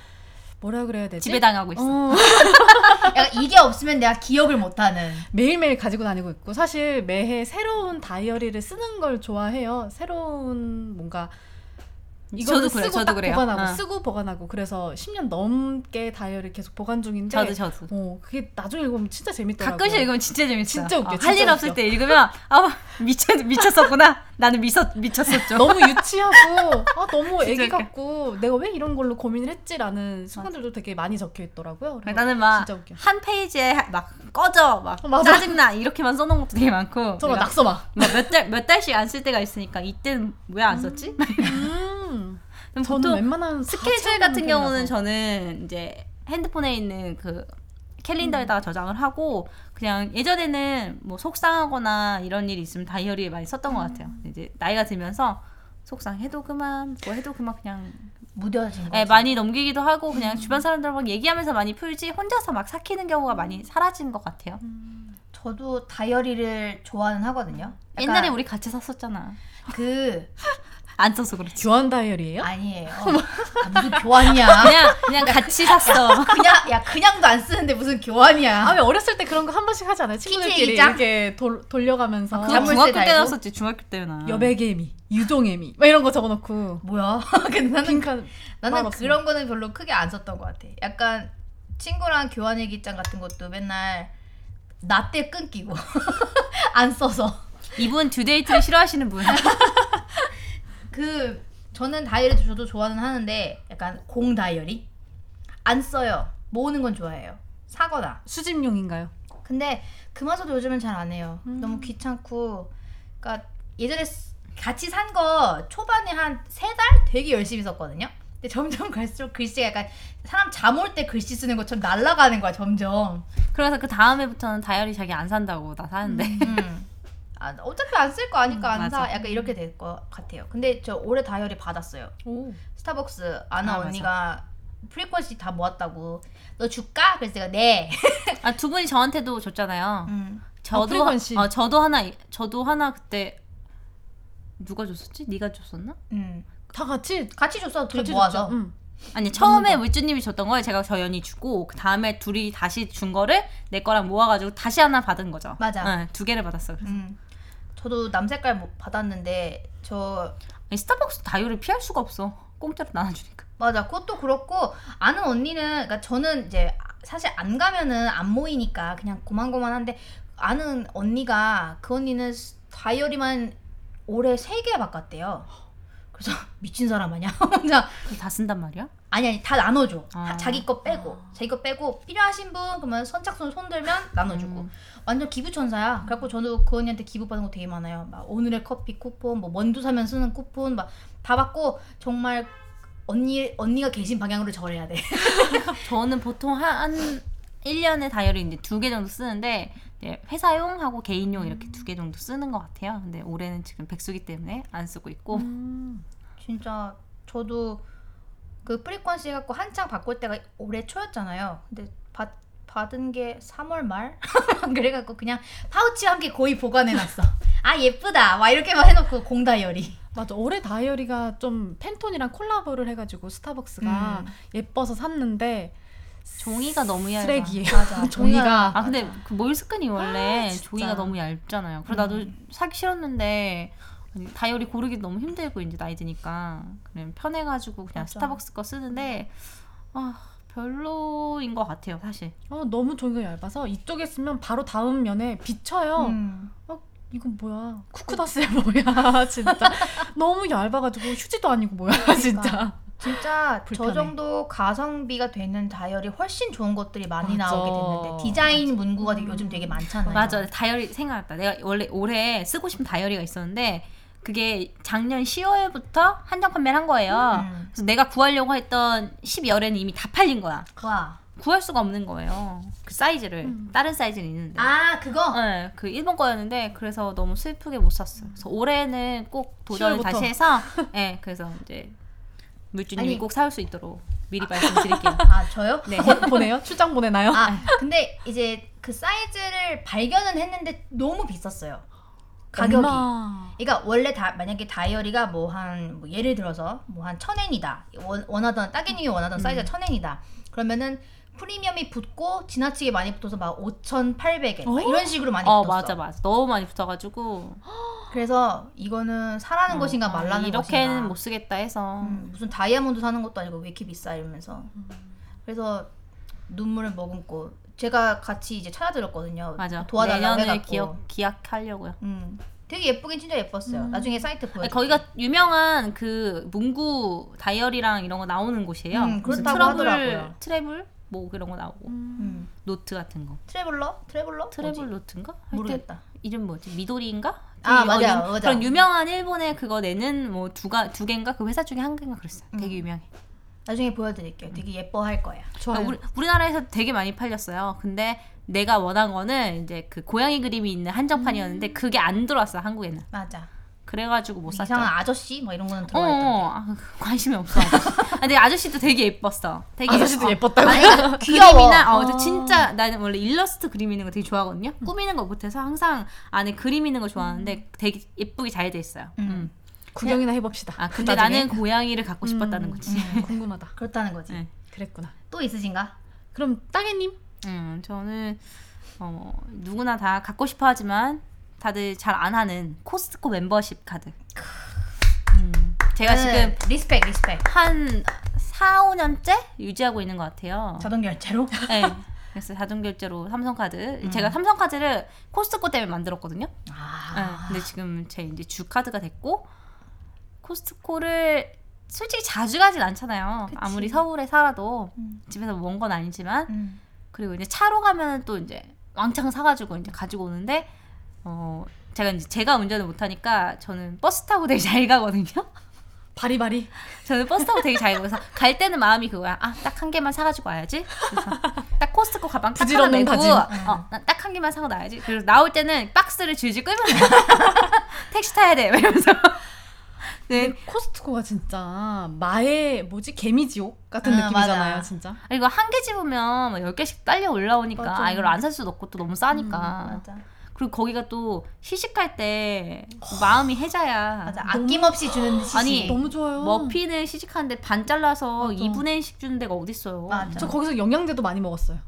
B: 뭐라 그래야 되지?
C: 지배당하고 있어.
B: 어,
A: 약간 이게 없으면 내가 기억을 못하는.
B: 매일매일 가지고 다니고 있고 사실 매해 새로운 다이어리를 쓰는 걸 좋아해요. 새로운 뭔가 이거를
C: 저도 그래요.
B: 쓰고
C: 저도
B: 딱
C: 그래요.
B: 보관하고
C: 어.
B: 쓰고 보관하고 그래서 10년 넘게 다이어를 계속 보관 중인데
C: 저도 저도.
B: 어, 그게 나중에 읽으면 진짜 재밌더라고요.
C: 가끔씩 읽으면 진짜 재밌어요. 아,
B: 진짜 웃겨, 진짜
C: 할일
B: 웃겨.
C: 없을 때 읽으면 아 미쳐 미쳤었구나. 나는 미쳤 미쳤었죠.
B: 너무 유치하고 아 너무 애기
C: 진짜 웃겨.
B: 같고 내가 왜 이런 걸로 고민을 했지라는 순간들도 되게 많이 적혀 있더라고요. 그래서
C: 나는 막
B: 진짜 웃겨.
C: 한 페이지에 막 꺼져 막
B: 어, 맞아.
C: 짜증나 이렇게만 써놓은 것도 되게 많고
B: 저거
C: 내가
B: 낙서마.
C: 몇 달 몇 달씩 안 쓸 때가 있으니까 이때는 왜 안 썼지?
B: 음.
C: 그럼
B: 저는
C: 보통
B: 웬만한
C: 스케줄 같은 경우는 저는 이제 핸드폰에 있는 그 캘린더에다가 저장을 하고 그냥 예전에는 뭐 속상하거나 이런 일이 있으면 다이어리에 많이 썼던 것 같아요. 이제 나이가 들면서 속상해도 그만 뭐 해도 그만 그냥
A: 무뎌진 거.
C: 예, 많이 넘기기도 하고 그냥 주변 사람들하고 얘기하면서 많이 풀지 혼자서 막 삭히는 경우가 많이 사라진 것 같아요.
A: 저도 다이어리를 좋아는 하거든요. 약간
C: 옛날에 뭐- 우리 같이 샀었잖아.
A: 그
C: 안 써서 그렇지.
B: 교환 다이어리예요?
A: 아니에요. 아, 무슨 교환이야.
C: 그냥 그냥 같이 샀어.
A: 그냥 야 그냥도 안 쓰는데 무슨 교환이야.
B: 아, 왜 어렸을 때 그런 거 한 번씩 하지 않아요? 친구들끼리
A: PTA 장?
B: 이렇게 돌, 돌려가면서
A: 아,
C: 그거
A: 자물쇠
C: 중학교 때나
A: 달고?
C: 썼지 중학교 때나.
B: 여백애미, 유종애미 막 이런 거 적어놓고
A: 뭐야? 근데 나는
B: 빈칸
A: 나는
B: 말없음.
A: 그런 거는 별로 크게 안 썼던 것 같아. 약간 친구랑 교환 일기장 같은 것도 맨날 나 때 끊기고 안 써서
C: 이분 듀데이트를 싫어하시는 분.
A: 그 저는 다이어리 저도 좋아는 하는데 약간 공 다이어리 안 써요. 모으는 건 좋아해요. 사거나
B: 수집용인가요?
A: 근데 그마저도 요즘은 잘 안 해요.
B: 음.
A: 너무 귀찮고, 그러니까 예전에 쓰- 같이 산 거 초반에 한 세 달 되게 열심히 썼거든요. 근데 점점 갈수록 글씨가 약간 사람 잠 올 때 글씨 쓰는 것처럼 날아가는 거야 점점.
C: 그래서 그 다음에부터는 다이어리 자기 안 산다고 나 사는데
A: 음. 아, 어차피 안 쓸 거 아니까
C: 음,
A: 안 사.
C: 맞아.
A: 약간 이렇게 될 것 같아요. 근데 저 올해 다이어리 받았어요.
B: 오.
A: 스타벅스 아나
C: 아, 맞아.
A: 언니가 프리퀀시 다 모았다고. 너 줄까? 그래서 내가 네.
C: 아 두 분이 저한테도 줬잖아요.
A: 음.
C: 저도
B: 프리건 씨.
C: 어, 저도 하나 저도 하나 그때 누가 줬었지? 네가 줬었나?
A: 음.
B: 다 같이
A: 같이 줬어. 둘이
B: 같이
A: 모아서. 음.
B: 줬죠. 응.
C: 아니 처음에 물주님이 줬던 걸 제가 저연이 주고 그 다음에 둘이 다시 준 거를 내 거랑 모아가지고 다시 하나 받은 거죠.
A: 맞아.
C: 네, 두 개를 받았어. 그래서
A: 음. 저도 남색깔 뭐 받았는데 저
C: 아니, 스타벅스 다이어리 피할 수가 없어. 공짜로 나눠주니까.
A: 맞아 그것도 그렇고 아는 언니는 그러니까 저는 이제 사실 안 가면은 안 모이니까 그냥 고만고만한데 아는 언니가 그 언니는 스- 다이어리만 올해 세 개 바꿨대요. 그래서 미친 사람 아니야? 혼자
C: 그걸 다 쓴단 말이야?
A: 아니 아니 다 나눠줘. 다
C: 아.
A: 자기 거 빼고 자기 거 빼고 필요하신 분 그러면 선착순 손들면 나눠주고
C: 음.
A: 완전 기부 천사야. 그래갖고 저도 그 언니한테 기부 받은 거 되게 많아요. 막 오늘의 커피 쿠폰, 뭐 원두 사면 쓰는 쿠폰 막 다 받고 정말 언니 언니가 계신 방향으로 절해야 돼.
C: 저는 보통 한 1년에 다이어리 이제 두 개 정도 쓰는데 이제 회사용하고 개인용 이렇게 두 개 정도 쓰는 것 같아요. 근데 올해는 지금 백수기 때문에 안 쓰고 있고
B: 음.
A: 진짜 저도 그 프리퀀시 해갖고 한창 바꿀 때가 올해 초였잖아요. 근데 받 받은 게 3월 말 그래갖고 그냥 파우치와 함께 고이 보관해놨어. 아 예쁘다. 막 이렇게만 해놓고 공 다이어리.
B: 맞아 올해 다이어리가 좀 팬톤이랑 콜라보를 해가지고 스타벅스가
A: 음.
B: 예뻐서 샀는데
C: 종이가 너무 얇아.
B: 쓰레기예요.
A: 맞아.
B: 종이가-
C: 아 근데 그 몰스끈이 원래
B: 아, 진짜. 음.
C: 종이가 너무 얇잖아요. 그래 서 나도 사기 싫었는데 아니, 다이어리 고르기 너무 힘들고 이제 나이 드니까 그냥 편해가지고 그냥
A: 맞아.
C: 스타벅스 거 쓰는데 아 별로인 것 같아요, 사실.
B: 어, 너무 종이가 얇아서 이쪽에 쓰면 바로 다음 면에 비쳐요.
A: 음.
B: 이건 뭐야? 쿠쿠다스야 뭐야? 진짜 너무 얇아가지고 휴지도 아니고 뭐야?
C: 그러니까.
B: 진짜.
A: 진짜
B: 불편해.
A: 저 정도 가성비가 되는 다이어리 훨씬 좋은 것들이 많이
B: 맞아.
A: 나오게 됐는데 디자인 문구가 되게
B: 음.
A: 요즘 되게 많잖아요.
C: 맞아, 다이어리 생각났다. 내가 원래 올해 쓰고 싶은 다이어리가 있었는데 그게 작년 10월부터 한정 판매를 한 거예요.
A: 음.
C: 그래서 내가 구하려고 했던 12월에는 이미 다 팔린 거야.
A: 와.
C: 구할 수가 없는 거예요. 그 사이즈를
B: 음.
C: 다른 사이즈는 있는데.
A: 아 그거.
C: 네, 그 일본 거였는데 그래서 너무 슬프게 못 샀어요. 그래서 올해는 꼭 도전을
B: 10월부터.
C: 다시 해서 네, 그래서 이제 물주님이
A: 아니.
C: 꼭 사올 수 있도록 미리 말씀드릴게요.
A: 아 저요?
C: 네.
B: 보- 보내요? 출장 보내나요?
A: 아 근데 이제 그 사이즈를 발견은 했는데 너무 비쌌어요. 가격이.
B: 얼마?
A: 그러니까 원래 다 만약에 다이어리가 뭐 한 예를 들어서 뭐 한 천엔이다 원, 원하던 따개님이 원하던
C: 음.
A: 사이즈가 천엔이다 그러면은 프리미엄이 붙고 지나치게 많이 붙어서 막 5,800엔
B: 어?
A: 이런 식으로 많이
C: 어,
A: 붙었어.
C: 맞아, 맞아. 너무 많이 붙어가지고
A: 그래서 이거는 사라는
C: 어,
A: 것인가 말라는
C: 아, 이렇게는
A: 것인가.
C: 못 쓰겠다 해서
A: 음, 무슨 다이아몬드 사는 것도 아니고 왜 이렇게 비싸 이러면서 그래서 눈물을 머금고 제가 같이 이제 찾아드렸거든요.
C: 맞아.
A: 도와달라고
C: 내년을
A: 해갖고.
C: 기억 기약하려고요.
A: 음, 되게 예쁘긴 진짜 예뻤어요.
B: 음.
A: 나중에 뭐 사이트 보여.
C: 아니, 거기가 유명한 그 문구 다이어리랑 이런 거 나오는 곳이에요.
A: 음,
C: 그래서
A: 그렇다고
C: 트러블,
A: 하더라고요.
C: 트래블 뭐 그런 거 나오고
B: 음.
A: 음.
C: 노트 같은 거.
A: 트래블러? 트래블러?
C: 트래블
A: 뭐지?
C: 노트인가? 하여튼
A: 모르겠다.
C: 이름 뭐지? 미도리인가?
A: 아,
C: 그,
A: 맞아요,
C: 유-
A: 맞아요.
C: 그런 유명한 일본의 그거 내는 뭐 두가 두 개인가 그 회사 중에 한 개인가 그랬어요.
A: 음.
C: 되게 유명해. 그러니까
A: 나중에 보여드릴게요. 되게 예뻐할 거야.
B: 좋아요.
C: 우리, 우리나라에서 되게 많이 팔렸어요. 근데 내가 원한 거는 이제 그 고양이 그림이 있는 한정판이었는데 그게 안 들어왔어 한국에는.
A: 맞아.
C: 그래가지고 못 샀죠.
A: 음. 이상한 아저씨 뭐 이런 거는
C: 어,
A: 들어있던.
C: 어. 아, 관심이 없어. 아, 근데 아저씨도 되게 예뻤어. 되게
B: 아저씨도
C: 예뻐.
B: 예뻤다고.
A: 아니 귀여워.
C: 그림이나 어,
B: 아.
C: 저 진짜 나는 원래 일러스트 그림 있는 거 되게 좋아하거든요. 꾸미는 거 못해서 항상 안에 그림 있는 거 좋아하는데
B: 음.
C: 되게 예쁘게 잘 돼 있어요.
A: 음.
C: 음.
B: 구경이나 해봅시다.
C: 아 근데
B: 그 나중에.
C: 나는 고양이를 갖고 싶었다는
B: 음,
C: 거지.
B: 음, 궁금하다.
A: 그렇다는 거지.
C: 네.
B: 그랬구나.
A: 또 있으신가?
B: 그럼 따개님
C: 음 저는 어 누구나 다 갖고 싶어 하지만 다들 잘 안 하는 코스트코 멤버십 카드. 음, 제가
B: 네.
C: 지금
A: 저는 그 리스펙 리스펙.
C: 한 4, 5년째 유지하고 있는 것 같아요.
A: 자동 결제로?
C: 네. 그래서 자동 결제로 삼성카드. 제가 삼성카드를 코스트코 때문에 만들었거든요.
A: 음. 아.
C: 네, 근데 지금 제 이제 주 카드가 됐고 코스트코를 솔직히 자주 가진 않잖아요.
A: 그치.
C: 아무리 서울에 살아도
A: 음.
C: 집에서 먼 건 아니지만
A: 음.
C: 그리고 이제 차로 가면은 또 이제 왕창 사가지고 이제 가지고 오는데 어 제가 이제 제가 운전을 못하니까 저는 버스 타고 되게 잘 가거든요.
B: 바리바리.
C: 저는 버스 타고 되게 잘 가서 갈 때는 마음이 그거야. 아 딱 한 개만 사가지고 와야지. 그래서 딱 코스트코 가방 딱 하나
B: 부지런한
C: 메고
B: 다짐.
C: 어딱 한 개만 사고 나야지. 그래서 나올 때는 박스를 질질 끌면 돼. 택시 타야 돼. 이러면서. 네.
B: 근데 그 코스트코가 진짜 마의 뭐지 개미지옥 같은
A: 아,
B: 느낌이잖아요,
A: 맞아.
B: 진짜.
C: 그리고 한 개 집으면 뭐 열 개씩 딸려 올라오니까
A: 맞아. 음,
C: 아 이걸 안 살 수도 없고 또 너무 싸니까.
A: 맞아.
C: 그리고 거기가 또 시식할 때 마음이 해자야.
A: 맞아.
B: 너무-
A: 아낌없이 주는 듯이.
C: 아니, 뭐
B: 너무 좋아요.
C: 머피는 시식하는데 반 잘라서
B: 맞아.
C: 2분의 1씩 주는 데가 어딨어요.
A: 맞아.
B: 저 거기서 영양제도 많이 먹었어요.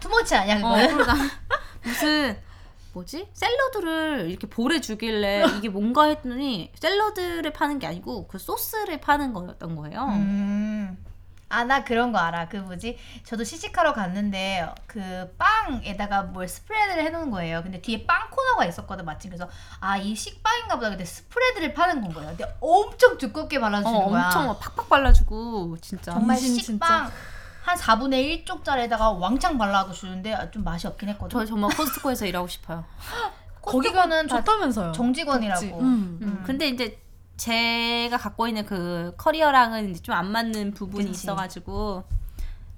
A: 투머치 아니야
C: 어,
A: 그거는?
C: 그러니까 무슨 뭐지? 샐러드를 이렇게 볼에 주길래 이게 뭔가 했더니 샐러드를 파는 게 아니고 그 소스를 파는 거였던 거예요.
A: 음. 어. 아 나 그런 거 알아. 그 뭐지? 저도 시식하러 갔는데 그 빵에다가 뭘 스프레드를 해놓은 거예요. 근데 뒤에 빵 코너가 있었거든 마침. 그래서 아 이 식빵인가 보다. 근데 스프레드를 파는 건 거예요. 근데 엄청 두껍게
C: 어,
A: 발라주는 거야.
C: 엄청 막 팍팍 발라주고 진짜.
A: 정말
B: 정신
A: 식빵 한 4분의 1쪽짜리에다가 왕창 발라고 주는데 아, 좀 맛이 없긴 했거든.
C: 저 정말 코스트코에서 일하고 싶어요.
A: 거기가는 다
B: 좋다면서요.
A: 정직원이라고.
B: 음.
C: 음,
A: 음.
C: 근데 이제 제가 갖고 있는 그 커리어랑은 이제 좀 안 맞는 부분이
A: 그치.
C: 있어가지고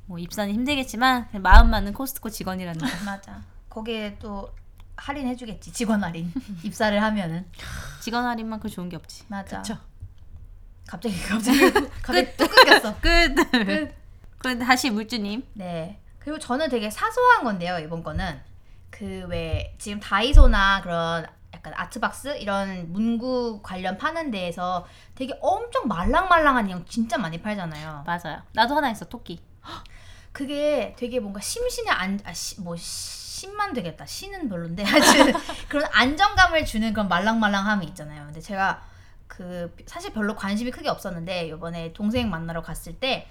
C: 뭐 입사는 힘들겠지만 그냥 마음만은 코스트코 직원이라는 거.
A: 맞아. 거기에 또 할인해주겠지. 직원 할인. 입사를 하면은.
C: 직원 할인만 그 좋은 게 없지.
A: 맞아.
B: 그쵸.
A: 갑자기 갑자기 갑자기 또 끊겼어.
C: 끝. 그런데 다시 물주님.
A: 네. 그리고 저는 되게 사소한 건데요. 이번 거는 그 왜 지금 다이소나 그런 약간 아트박스 이런 문구 관련 파는 데에서 되게 엄청 말랑말랑한 인형 진짜 많이 팔잖아요.
C: 맞아요. 나도 하나 있어 토끼.
A: 그게 되게 뭔가 심신에 안, 아, 시, 뭐, 신만 되겠다. 신은 별론데. 하여튼 그런 안정감을 주는 그런 말랑말랑함이 있잖아요. 근데 제가 그, 사실 별로 관심이 크게 없었는데, 요번에 동생 만나러 갔을 때,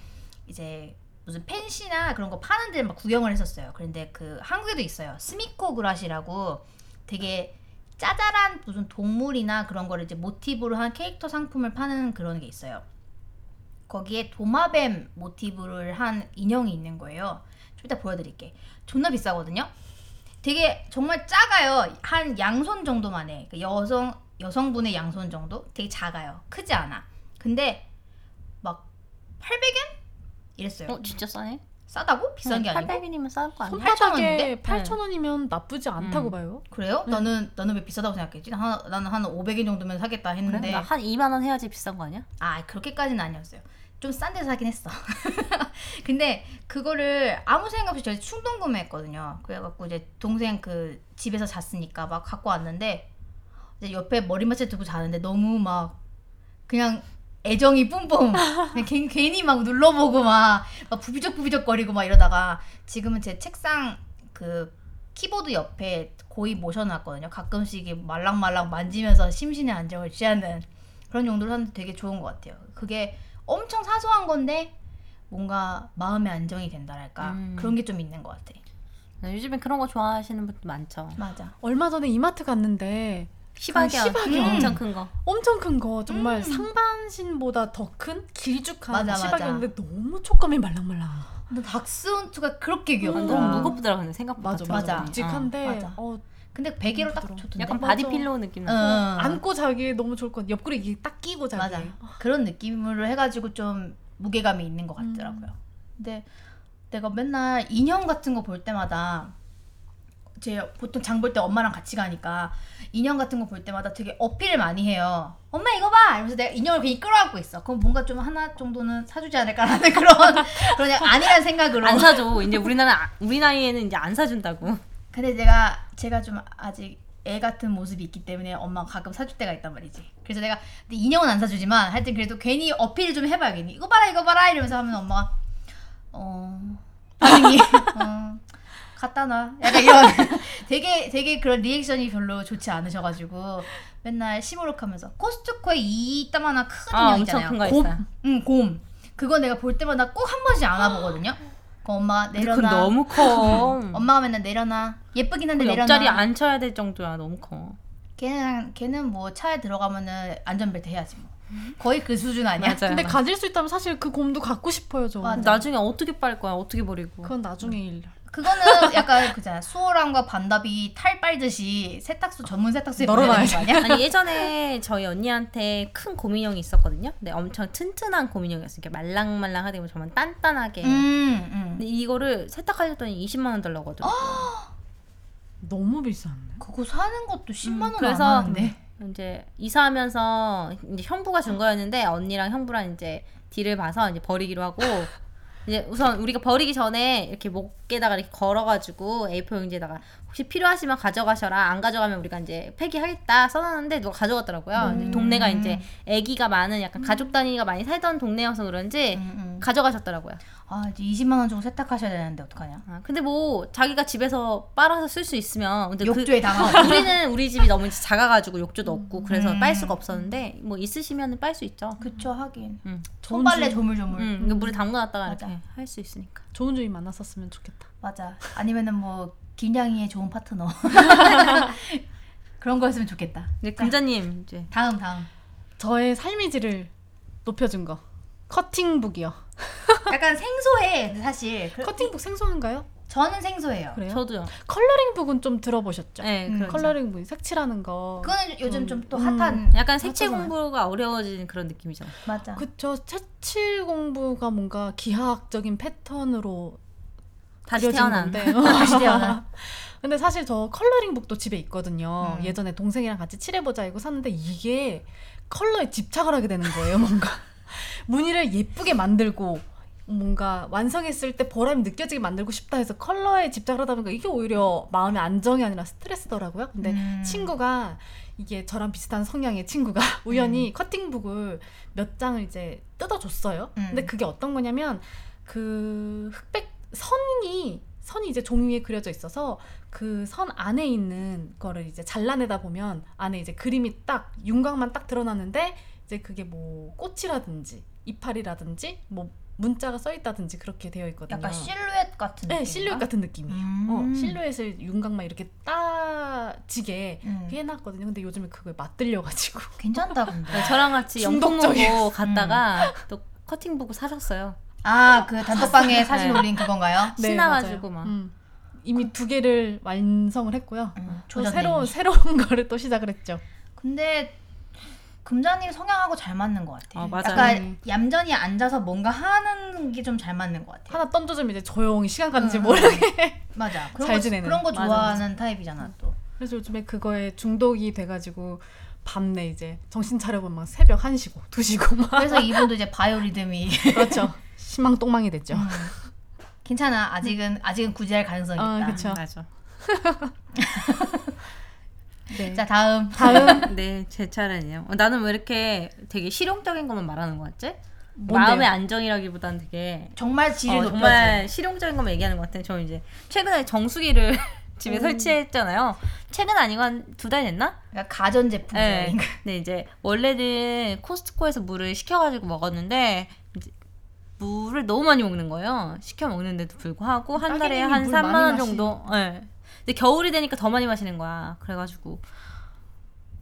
A: 이제 무슨 펜시나 그런 거 파는 데를 막 구경을 했었어요. 그런데 그 한국에도 있어요. 스미코 그라시라고 되게 짜잘한 무슨 동물이나 그런 거를 이제 모티브로 한 캐릭터 상품을 파는 그런 게 있어요. 거기에 도마뱀 모티브를 한 인형이 있는 거예요. 좀 이따 보여드릴게. 존나 비싸거든요. 되게 정말 작아요. 한 양손 정도만 해. 그 여성 여성분의 양손 정도? 되게 작아요. 크지 않아. 근데 막 800엔? 이랬어요.
C: 어 진짜 싸네.
A: 네, 싸다고? 비싼 게 아니고?
C: 800이면 싸울 거 아니야?
A: 손- 8,000원 인데? 네.
B: 손바닥에 8,000원이면 나쁘지 않다고
C: 음.
B: 봐요.
A: 그래요? 나는 나는 왜 비싸다고 생각했지? 나, 나는 한 500엔 정도면 사겠다
C: 그래?
A: 했는데
C: 나한 2만 원 해야지 비싼 거 아니야?
A: 아 그렇게까지는 아니었어요. 좀 싼 데서 사긴 했어. 근데 그거를 아무 생각 없이 저희 충동 구매했거든요. 그래갖고 이제 동생 그 집에서 잤으니까 막 갖고 왔는데 이제 옆에 머리맡에 두고 자는데 너무 막 그냥 애정이 뿜뿜 그냥 괜- 괜히 막 눌러보고 막, 막 부비적부비적 거리고 막 이러다가 지금은 제 책상 그 키보드 옆에 고이 모셔놨거든요. 가끔씩 이게 말랑말랑 만지면서 심신의 안정을 취하는 그런 용도로 하는데 되게 좋은 것 같아요. 그게 엄청 사소한 건데 뭔가 마음의 안정이 된다랄까
C: 음.
A: 그런 게 좀 있는 것 같아.
C: 네, 요즘에 그런 거 좋아하시는 분들 많죠.
A: 맞아.
B: 얼마 전에 이마트 갔는데
C: 시바견. 음,
B: 시바견.
C: 엄청 큰 거.
B: 엄청 큰 거 정말
A: 음.
B: 상반신보다 더 큰 길쭉한
A: 맞아, 맞아.
B: 시바견인데 너무 촉감이 말랑말랑.
A: 근데 닥스훈트가 그렇게
C: 아,
A: 귀엽다.
B: 음,
C: 너무 무겁더라 근데 생각보다.
B: 맞아
C: 좀.
B: 맞아.
A: 맞아.
B: 묵직한데
A: 어, 맞아.
B: 어,
A: 근데 베개로 딱
B: 부드러워.
A: 좋던데.
C: 약간
B: 맞아.
C: 바디 필로우 느낌
A: 응,
C: 나.
A: 응.
B: 음. 안고 자기에 너무 좋을 것 같아. 옆구리 이렇게 딱 끼고 자기.
A: 맞아. 그런 느낌으로 해가지고 좀 무게감이 있는 것 같더라고요.
B: 음.
A: 근데 내가 맨날 인형 같은 거 볼 때마다 제 보통 장 볼 때 엄마랑 같이 가니까 인형 같은 거 볼 때마다 되게 어필을 많이 해요. 엄마 이거 봐! 이러면서 내가 인형을 괜히 끌어안고 있어. 그럼 뭔가 좀 하나 정도는 사주지 않을까라는 그런 그런 약간 아니란 생각으로.
C: 안 사줘. 이제 우리나라 우리 나이에는 이제 안 사준다고.
A: 근데 제가 제가 좀 아직 애 같은 모습이 있기 때문에 엄마가 가끔 사줄 때가 있단 말이지. 그래서 내가 근데 인형은 안 사주지만 하여튼 그래도 괜히 어필을 좀 해봐야겠니. 이거 봐라 이거 봐라 이러면서 하면 엄마가 어 반응이 어, 갖다 놔. 약간 이런 되게 되게 그런 리액션이 별로 좋지 않으셔가지고 맨날 시무룩하면서 코스트코에 이따만한 큰 인형
C: 아, 엄청
A: 있잖아요.
C: 큰 거
A: 곰,
C: 있어요.
A: 응 곰. 그거 내가 볼 때마다 꼭 한 번씩 안아보거든요. 그 엄마
C: 근데 그건
A: 내려놔.
C: 너무 커.
A: 엄마가 맨날 내려놔. 예쁘긴 한데
C: 그
A: 내려놔.
C: 옆자리에 앉혀야 될 정도야. 너무 커.
A: 걔는 걔는 뭐 차에 들어가면은 안전벨트 해야지 뭐. 거의 그 수준 아니야.
C: 음. 맞아요.
B: 근데 가질 수 있다면 사실 그 곰도 갖고 싶어요, 저.
A: 맞아.
C: 나중에 어떻게 빨 거야? 어떻게 버리고?
B: 그건 나중에 일.
A: 그거는 약간 그잖아. 수호랑과 반답이 탈 빨듯이 세탁소 전문 세탁소에
B: 널어놔야
A: 보내는 거 아니야?
C: 아니 예전에 저희 언니한테 큰 곰인형이 있었거든요. 근데 엄청 튼튼한 곰인형이었어요. 이렇게 말랑말랑하게 뭐 정말 단단하게.
A: 음, 음.
C: 근데 이거를 세탁하셨더니 20만 원 달라고 하더라고요.
B: 너무 비싼데.
A: 그거 사는 것도 10만
C: 음,
A: 원안
C: 그래서-
A: 하는데.
C: 이제 이사하면서 이제 형부가 준 거였는데 언니랑 형부랑 이제 딜을 봐서 이제 버리기로 하고 이제 우선 우리가 버리기 전에 이렇게 목에다가 이렇게 걸어가지고 A4 용지에다가 혹시 필요하시면 가져가셔라 안 가져가면 우리가 이제 폐기하겠다 써놨는데 누가 가져갔더라고요.
A: 음.
C: 근데 동네가 이제 아기가 많은 약간 가족 단위가 많이 살던 동네여서 그런지
A: 음, 음.
C: 가져가셨더라고요.
A: 아 이제 20만 원 주고 세탁하셔야 되는데 어떡하냐?
C: 아, 근데 뭐 자기가 집에서 빨아서 쓸 수 있으면 근데 그-
A: 욕조에 담아.
C: 우리는 우리 집이 너무 작아가지고 욕조도 없고 그래서
A: 음.
C: 빨 수가 없었는데 뭐 있으시면 빨 수 있죠.
A: 그쵸 하긴.
C: 음.
A: 손빨래 조물조물.
C: 음, 이거 물에 담가놨다가
A: 맞아.
C: 이렇게 할 수 있으니까.
B: 좋은 주인 만났었으면 좋겠다.
A: 맞아. 아니면은 뭐 김양이의 좋은 파트너 그런 거였으면 좋겠다.
C: 이제 금자님 이제
A: 다음 다음.
B: 저의 삶의 질을 높여준 거. 커팅북이요.
A: 약간 생소해 근데 사실. 그-
B: 커팅북 생소한가요?
A: 저는 생소해요.
B: 그래요?
C: 네, 아, 저도요.
B: 컬러링북은 좀 들어보셨죠?
C: 네,
A: 음,
C: 그렇죠.
B: 컬러링북 색칠하는 거.
A: 그거는 요즘 좀 또
B: 음.
A: 핫한
C: 약간 색채
B: 하잖아요.
C: 공부가 어려워지는 그런 느낌이죠.
A: 맞아.
B: 그쵸. 색칠 공부가 뭔가 기하학적인 패턴으로
C: 다시
B: 그려진
C: 태어난.
B: 건데.
A: 다시 태어난.
B: 근데 사실 저 컬러링북도 집에 있거든요.
A: 음.
B: 예전에 동생이랑 같이 칠해보자 이거 샀는데 이게 컬러에 집착을 하게 되는 거예요, 뭔가. 무늬를 예쁘게 만들고 뭔가 완성했을 때 보람이 느껴지게 만들고 싶다 해서 컬러에 집착을 하다 보니까 이게 오히려 마음의 안정이 아니라 스트레스더라고요. 근데
A: 음.
B: 친구가 이게 저랑 비슷한 성향의 친구가 우연히 커팅북을 몇 장을 이제 뜯어줬어요.
A: 음.
B: 근데 그게 어떤 거냐면 그 흑백 선이 선이 이제 종이에 그려져 있어서 그 선 안에 있는 거를 이제 잘라내다 보면 안에 이제 그림이 딱 윤곽만 딱 드러나는데 이제 그게 뭐 꽃이라든지 이파리라든지 뭐 문자가 써 있다든지 그렇게 되어 있거든요.
A: 약간 실루엣 같은
B: 네,
A: 느낌인가?
B: 실루엣 같은 느낌이에요.
A: 음.
B: 어, 실루엣을 윤곽만 이렇게 따지게
A: 음.
B: 해놨거든요. 근데 요즘에 그걸 맞들려가지고
A: 괜찮다 근데.
C: 네, 저랑 같이 영통
B: 중독적이었어.
C: 보고 갔다가 또 커팅 보고 사셨어요.
A: 아 그 단톡방에 사진 올린 그건가요?
B: 네,
C: 신나가지고
B: 맞아요.
C: 막.
B: 음. 이미 두 개를 완성을 했고요.
A: 음,
B: 또
A: 조졌네,
B: 새로운
A: 이미.
B: 새로운 거를 또 시작을 했죠.
A: 근데 금잔이 성향하고 잘 맞는 것 같아요.
C: 어, 맞아요.
B: 음.
A: 약간 얌전히 앉아서 뭔가 하는 게 좀 잘 맞는 것 같아요.
B: 하나 던져주면 이제 조용히 시간 가는지
A: 응,
B: 모르게.
A: 맞아. 그런
B: 잘
A: 거
B: 지내는.
A: 그런 거
C: 맞아,
A: 좋아하는 타입이잖아 또.
B: 그래서 요즘에 그거에 중독이 돼가지고 밤내 이제 정신 차려보면 막 새벽 1시고 2시고 막
A: 그래서 이분도 이제 바이오리듬이
B: 그렇죠. 희망 똥망이 됐죠.
A: 음. 괜찮아. 아직은 아직은 구제할 가능성이
C: 어,
B: 아,
A: 있다.
B: 그쵸.
C: 맞아.
B: 네.
A: 자 다음.
B: 다음
C: 네, 제 차례네요. 어, 나는 왜 이렇게 되게 실용적인 것만 말하는 것 같지?
B: 뭔데요?
C: 마음의 안정이라기보다는 되게
A: 정말 질을
C: 어,
A: 높여줘.
C: 정말 실용적인 것만 얘기하는 것 같아요. 저 이제 최근에 정수기를
A: 음.
C: 집에 설치했잖아요. 최근 아니고 한 두 달 됐나?
A: 그러니까 가전 제품.
C: 네.
A: 네.
C: 근데 이제 원래는 코스트코에서 물을 시켜가지고 먹었는데 이제 물을 너무 많이 먹는 거예요. 시켜 먹는데도 불구하고 한 달에
B: 따개님이
C: 한
B: 물
C: 3만
B: 많이
C: 원 정도. 네. 근데 겨울이 되니까 더 많이 마시는 거야. 그래가지고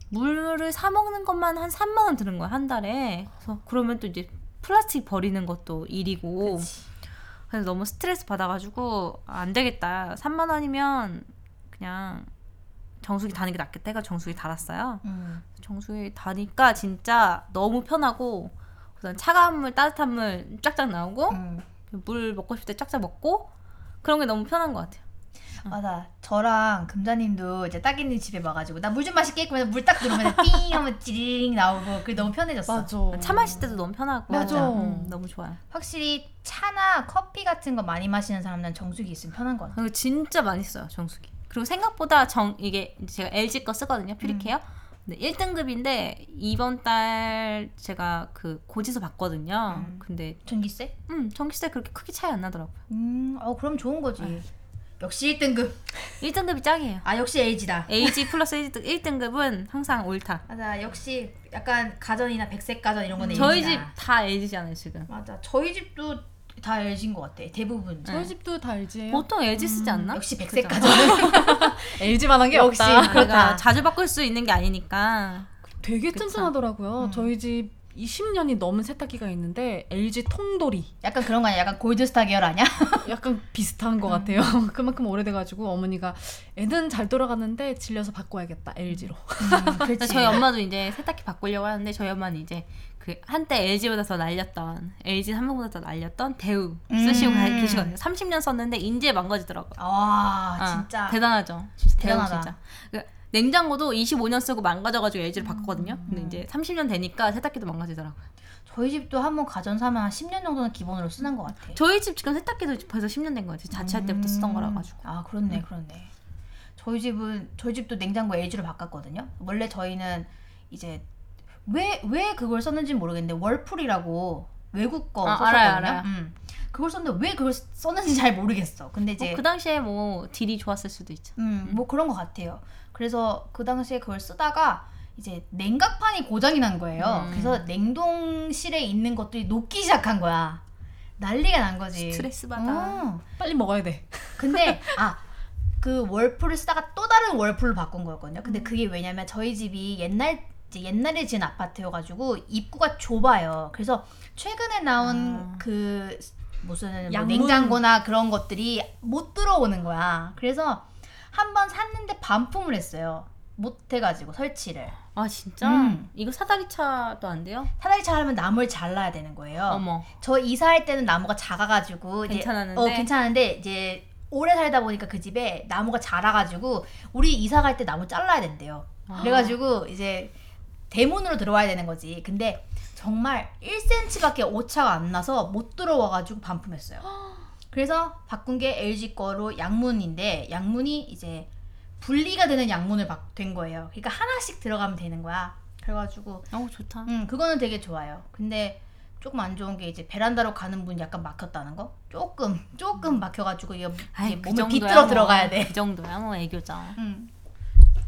C: 물을 사 먹는 것만 한 3만 원 드는 거야 한 달에. 그래서 그러면 또 이제 플라스틱 버리는 것도 일이고. 그래서 너무 스트레스 받아가지고 아, 안 되겠다. 3만 원이면 그냥 정수기 다는 게 낫겠다. 해가 정수기 달았어요.
A: 음.
C: 정수기 다니까 진짜 너무 편하고 그다음 차가운 물 따뜻한 물 쫙쫙 나오고
A: 음.
C: 물 먹고 싶을 때 쫙쫙 먹고 그런 게 너무 편한 것 같아요.
A: 맞아. 저랑 금자님도 이제 따기님 집에 와가지고 나 물 좀 마실게 그러면 물 딱 들어오면 삥 하면 찌링 나오고 그게 너무 편해졌어.
B: 맞아.
C: 차 마실 때도 너무 편하고
B: 맞아.
C: 음, 너무 좋아요.
A: 확실히 차나 커피 같은 거 많이 마시는 사람들은 정수기 있으면 편한 것 같아.
C: 그리고 진짜 많이 써요 정수기. 그리고 생각보다 정 이게 이제 제가 LG 거 쓰거든요 퓨리케어. 근데 1등급인데 이번 달 제가 그 고지서 봤거든요.
A: 음.
C: 근데
A: 전기세?
C: 음 전기세 그렇게 크게 차이 안 나더라고요.
A: 음, 어 그럼 좋은
C: 아.
A: 거지. 역시 1등급.
C: 1등급이 짱이에요.
A: 아 역시 LG다.
C: LG 플러스 1등급은 항상 옳다.
A: 맞아. 역시 약간 가전이나 백색 가전 이런 거는
C: 저희
A: LG 다.
C: 집 다 LG잖아요 지금.
A: 맞아. 저희 집도 다 LG인 것 같아. 대부분.
B: 네. 저희 집도 다 LG예요.
C: 보통 LG 쓰지 않나?
A: 음, 역시 그렇죠. 백색
C: 그죠?
A: 가전.
B: 네. LG만한 게
A: 역시.
B: 없다.
C: 아,
A: 그렇다.
C: 내가 자주 바꿀 수 있는 게 아니니까.
B: 되게
C: 그쵸.
B: 튼튼하더라고요.
A: 음.
B: 저희 집 20년이 넘은 세탁기가 있는데 LG 통돌이
A: 약간 그런 거 아니야? 약간 골드스타 계열 아니야?
B: 약간 비슷한 것 같아요.
C: 음.
B: 그만큼 오래돼가지고 어머니가 애는 잘 돌아가는데 질려서 바꿔야겠다 LG로.
A: 음,
C: 그래서
A: 그렇지.
C: 저희 엄마도 이제 세탁기 바꾸려고 하는데 저희 엄마는 이제 그 한때 LG보다 더 날렸던 LG 삼성보다 더 날렸던 대우 쓰시고
A: 음.
C: 계시거든요. 30년 썼는데 인제 망가지더라고요.
A: 와
C: 아,
A: 진짜.
C: 대단하죠. 진짜 대우
A: 대단하다.
C: 진짜. 그 냉장고도 25년 쓰고 망가져가지고 LG를 바꿨거든요. 근데
A: 음.
C: 이제 30년 되니까 세탁기도 망가지더라고요.
A: 저희 집도 한 번 가전 사면 한 10년 정도는 기본으로 쓰는 것 같아.
C: 저희 집 지금 세탁기도 벌써 10년 된 거예요. 자취할 때부터 쓰던 거라 가지고.
A: 아 그렇네 그렇네 저희 집은 저희 집도 냉장고 LG로 바꿨거든요 원래 저희는 이제 왜 왜 그걸 썼는지 는 모르겠는데 월풀이라고 외국 거
C: 아,
A: 썼거든요
C: 알아요, 알아요.
A: 음. 그걸 썼는데 왜 그걸 썼는지 잘 모르겠어 근데 이제
C: 뭐그 당시에 뭐 딜이 좋았을 수도 있죠.
A: 음, 뭐 그런 것 같아요. 그래서 그 당시에 그걸 쓰다가 이제 냉각판이 고장이 난 거예요.
C: 음.
A: 그래서 냉동실에 있는 것들이 녹기 시작한 거야. 난리가 난 거지.
C: 스트레스 네. 받아.
A: 어.
B: 빨리 먹어야 돼.
A: 근데 아 그 월풀을 쓰다가 또 다른 월풀을 바꾼 거였거든요.
C: 음.
A: 근데 그게 왜냐면 저희 집이 옛날 이제 옛날에 지은 아파트여가지고 입구가 좁아요. 그래서 최근에 나온
C: 아.
A: 그 무슨 뭐
B: 양문.
A: 냉장고나 그런 것들이 못 들어오는 거야. 그래서 한 번 샀는데 반품을 했어요. 못 해가지고 설치를
C: 아 진짜?
A: 음.
C: 이거 사다리 차도 안 돼요?
A: 사다리 잘하면 나무를 잘라야 되는 거예요.
C: 어머
A: 저 이사할 때는 나무가 작아가지고 이제
C: 괜찮았는데
A: 어 괜찮은데 이제 오래 살다 보니까 그 집에 나무가 자라가지고 우리 이사 갈 때 나무 잘라야 된대요.
C: 아.
A: 그래가지고 이제 대문으로 들어와야 되는 거지. 근데 정말 1cm밖에 오차가 안 나서 못 들어와가지고 반품했어요. 그래서 바꾼 게 LG 거로 양문인데 양문이 이제 분리가 되는 양문을 바- 된 거예요. 그러니까 하나씩 들어가면 되는 거야. 그래가지고
C: 어우 좋다
A: 음, 그거는 되게 좋아요. 근데 조금 안 좋은 게 이제 베란다로 가는 문 약간 막혔다는 거? 조금 조금 막혀가지고 이게, 그 뭐. 이게
C: 아이, 그
A: 몸에
C: 정도야,
A: 비틀어
C: 뭐.
A: 들어가야 돼.
C: 그 정도야 뭐 애교죠
A: 음.